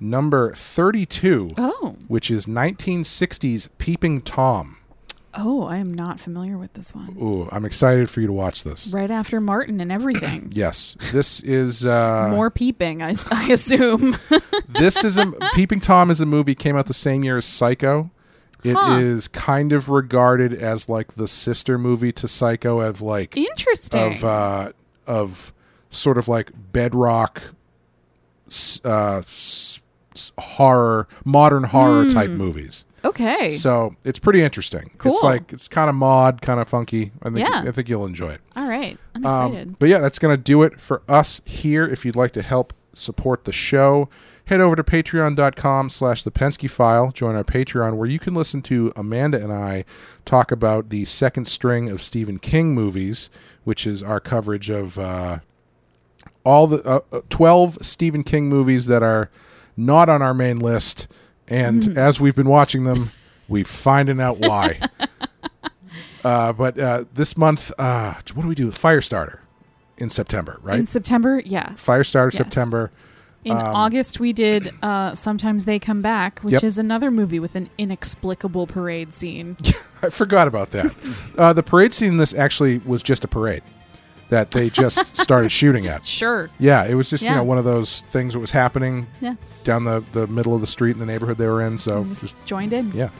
S1: number thirty-two,
S2: oh,
S1: which is 1960s Peeping Tom.
S2: oh, I am not familiar with this one.
S1: Ooh, I'm excited for you to watch this.
S2: Right after Martin and everything.
S1: Yes, this is uh,
S2: More peeping, I, s- I assume.
S1: this is a Peeping Tom is a movie came out the same year as Psycho. It is
S2: Huh.
S1: kind of regarded as like the sister movie to Psycho of like
S2: Interesting.
S1: of uh, of sort of like bedrock s- uh, s- s- horror, modern
S2: Hmm.
S1: horror type movies.
S2: okay.
S1: So it's pretty interesting.
S2: Cool.
S1: It's like it's kind of mod, kind of funky. I think
S2: Yeah.
S1: I think you'll enjoy it.
S2: All right. I'm
S1: Um,
S2: excited.
S1: but yeah, that's going to do it for us here. If you'd like to help support the show, head over to patreon.com slash the Penske File. Join our Patreon where you can listen to Amanda and I talk about the second string of Stephen King movies, which is our coverage of uh, all the uh, uh, 12 Stephen King movies that are not on our main list. And
S2: Hmm.
S1: as we've been watching them, we're finding out why. Uh, but uh, this month, uh, what do we do? Firestarter in September, right?
S2: In September, yeah.
S1: Firestarter
S2: Yes.
S1: September. Um,
S2: In August, we did uh, Sometimes They Come Back, which
S1: Yep.
S2: is another movie with an inexplicable parade scene.
S1: I forgot about that. uh, the parade scene. in This actually was just a parade that they just started shooting at.
S2: Sure.
S1: Yeah, it was just you
S2: Yeah.
S1: know one of those things that was happening
S2: Yeah.
S1: down the the middle of the street in the neighborhood they were in. So just
S2: Just joined in.
S1: Yeah. Um,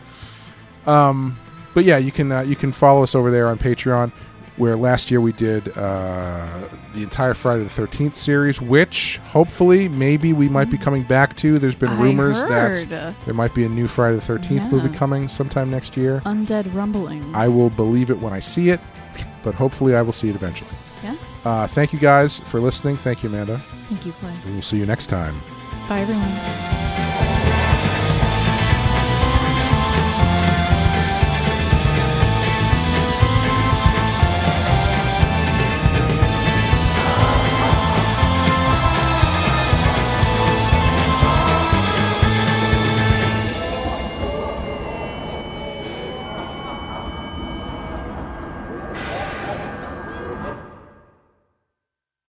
S1: but yeah, you can uh, you can follow us over there on Patreon, where last year we did uh, the entire Friday the Thirteenth series, which hopefully maybe we might be coming back to. There's been
S2: Mm. I
S1: rumors
S2: heard.
S1: that there might be a new Friday the Thirteenth movie
S2: Yeah. Um,
S1: coming sometime next year.
S2: Undead Rumblings.
S1: I will believe it when I see it, but hopefully I will see it eventually.
S2: Yeah.
S1: Uh, thank you guys for listening. Thank you, Amanda.
S2: Thank you, Clay.
S1: We'll see you next time.
S2: Bye, everyone.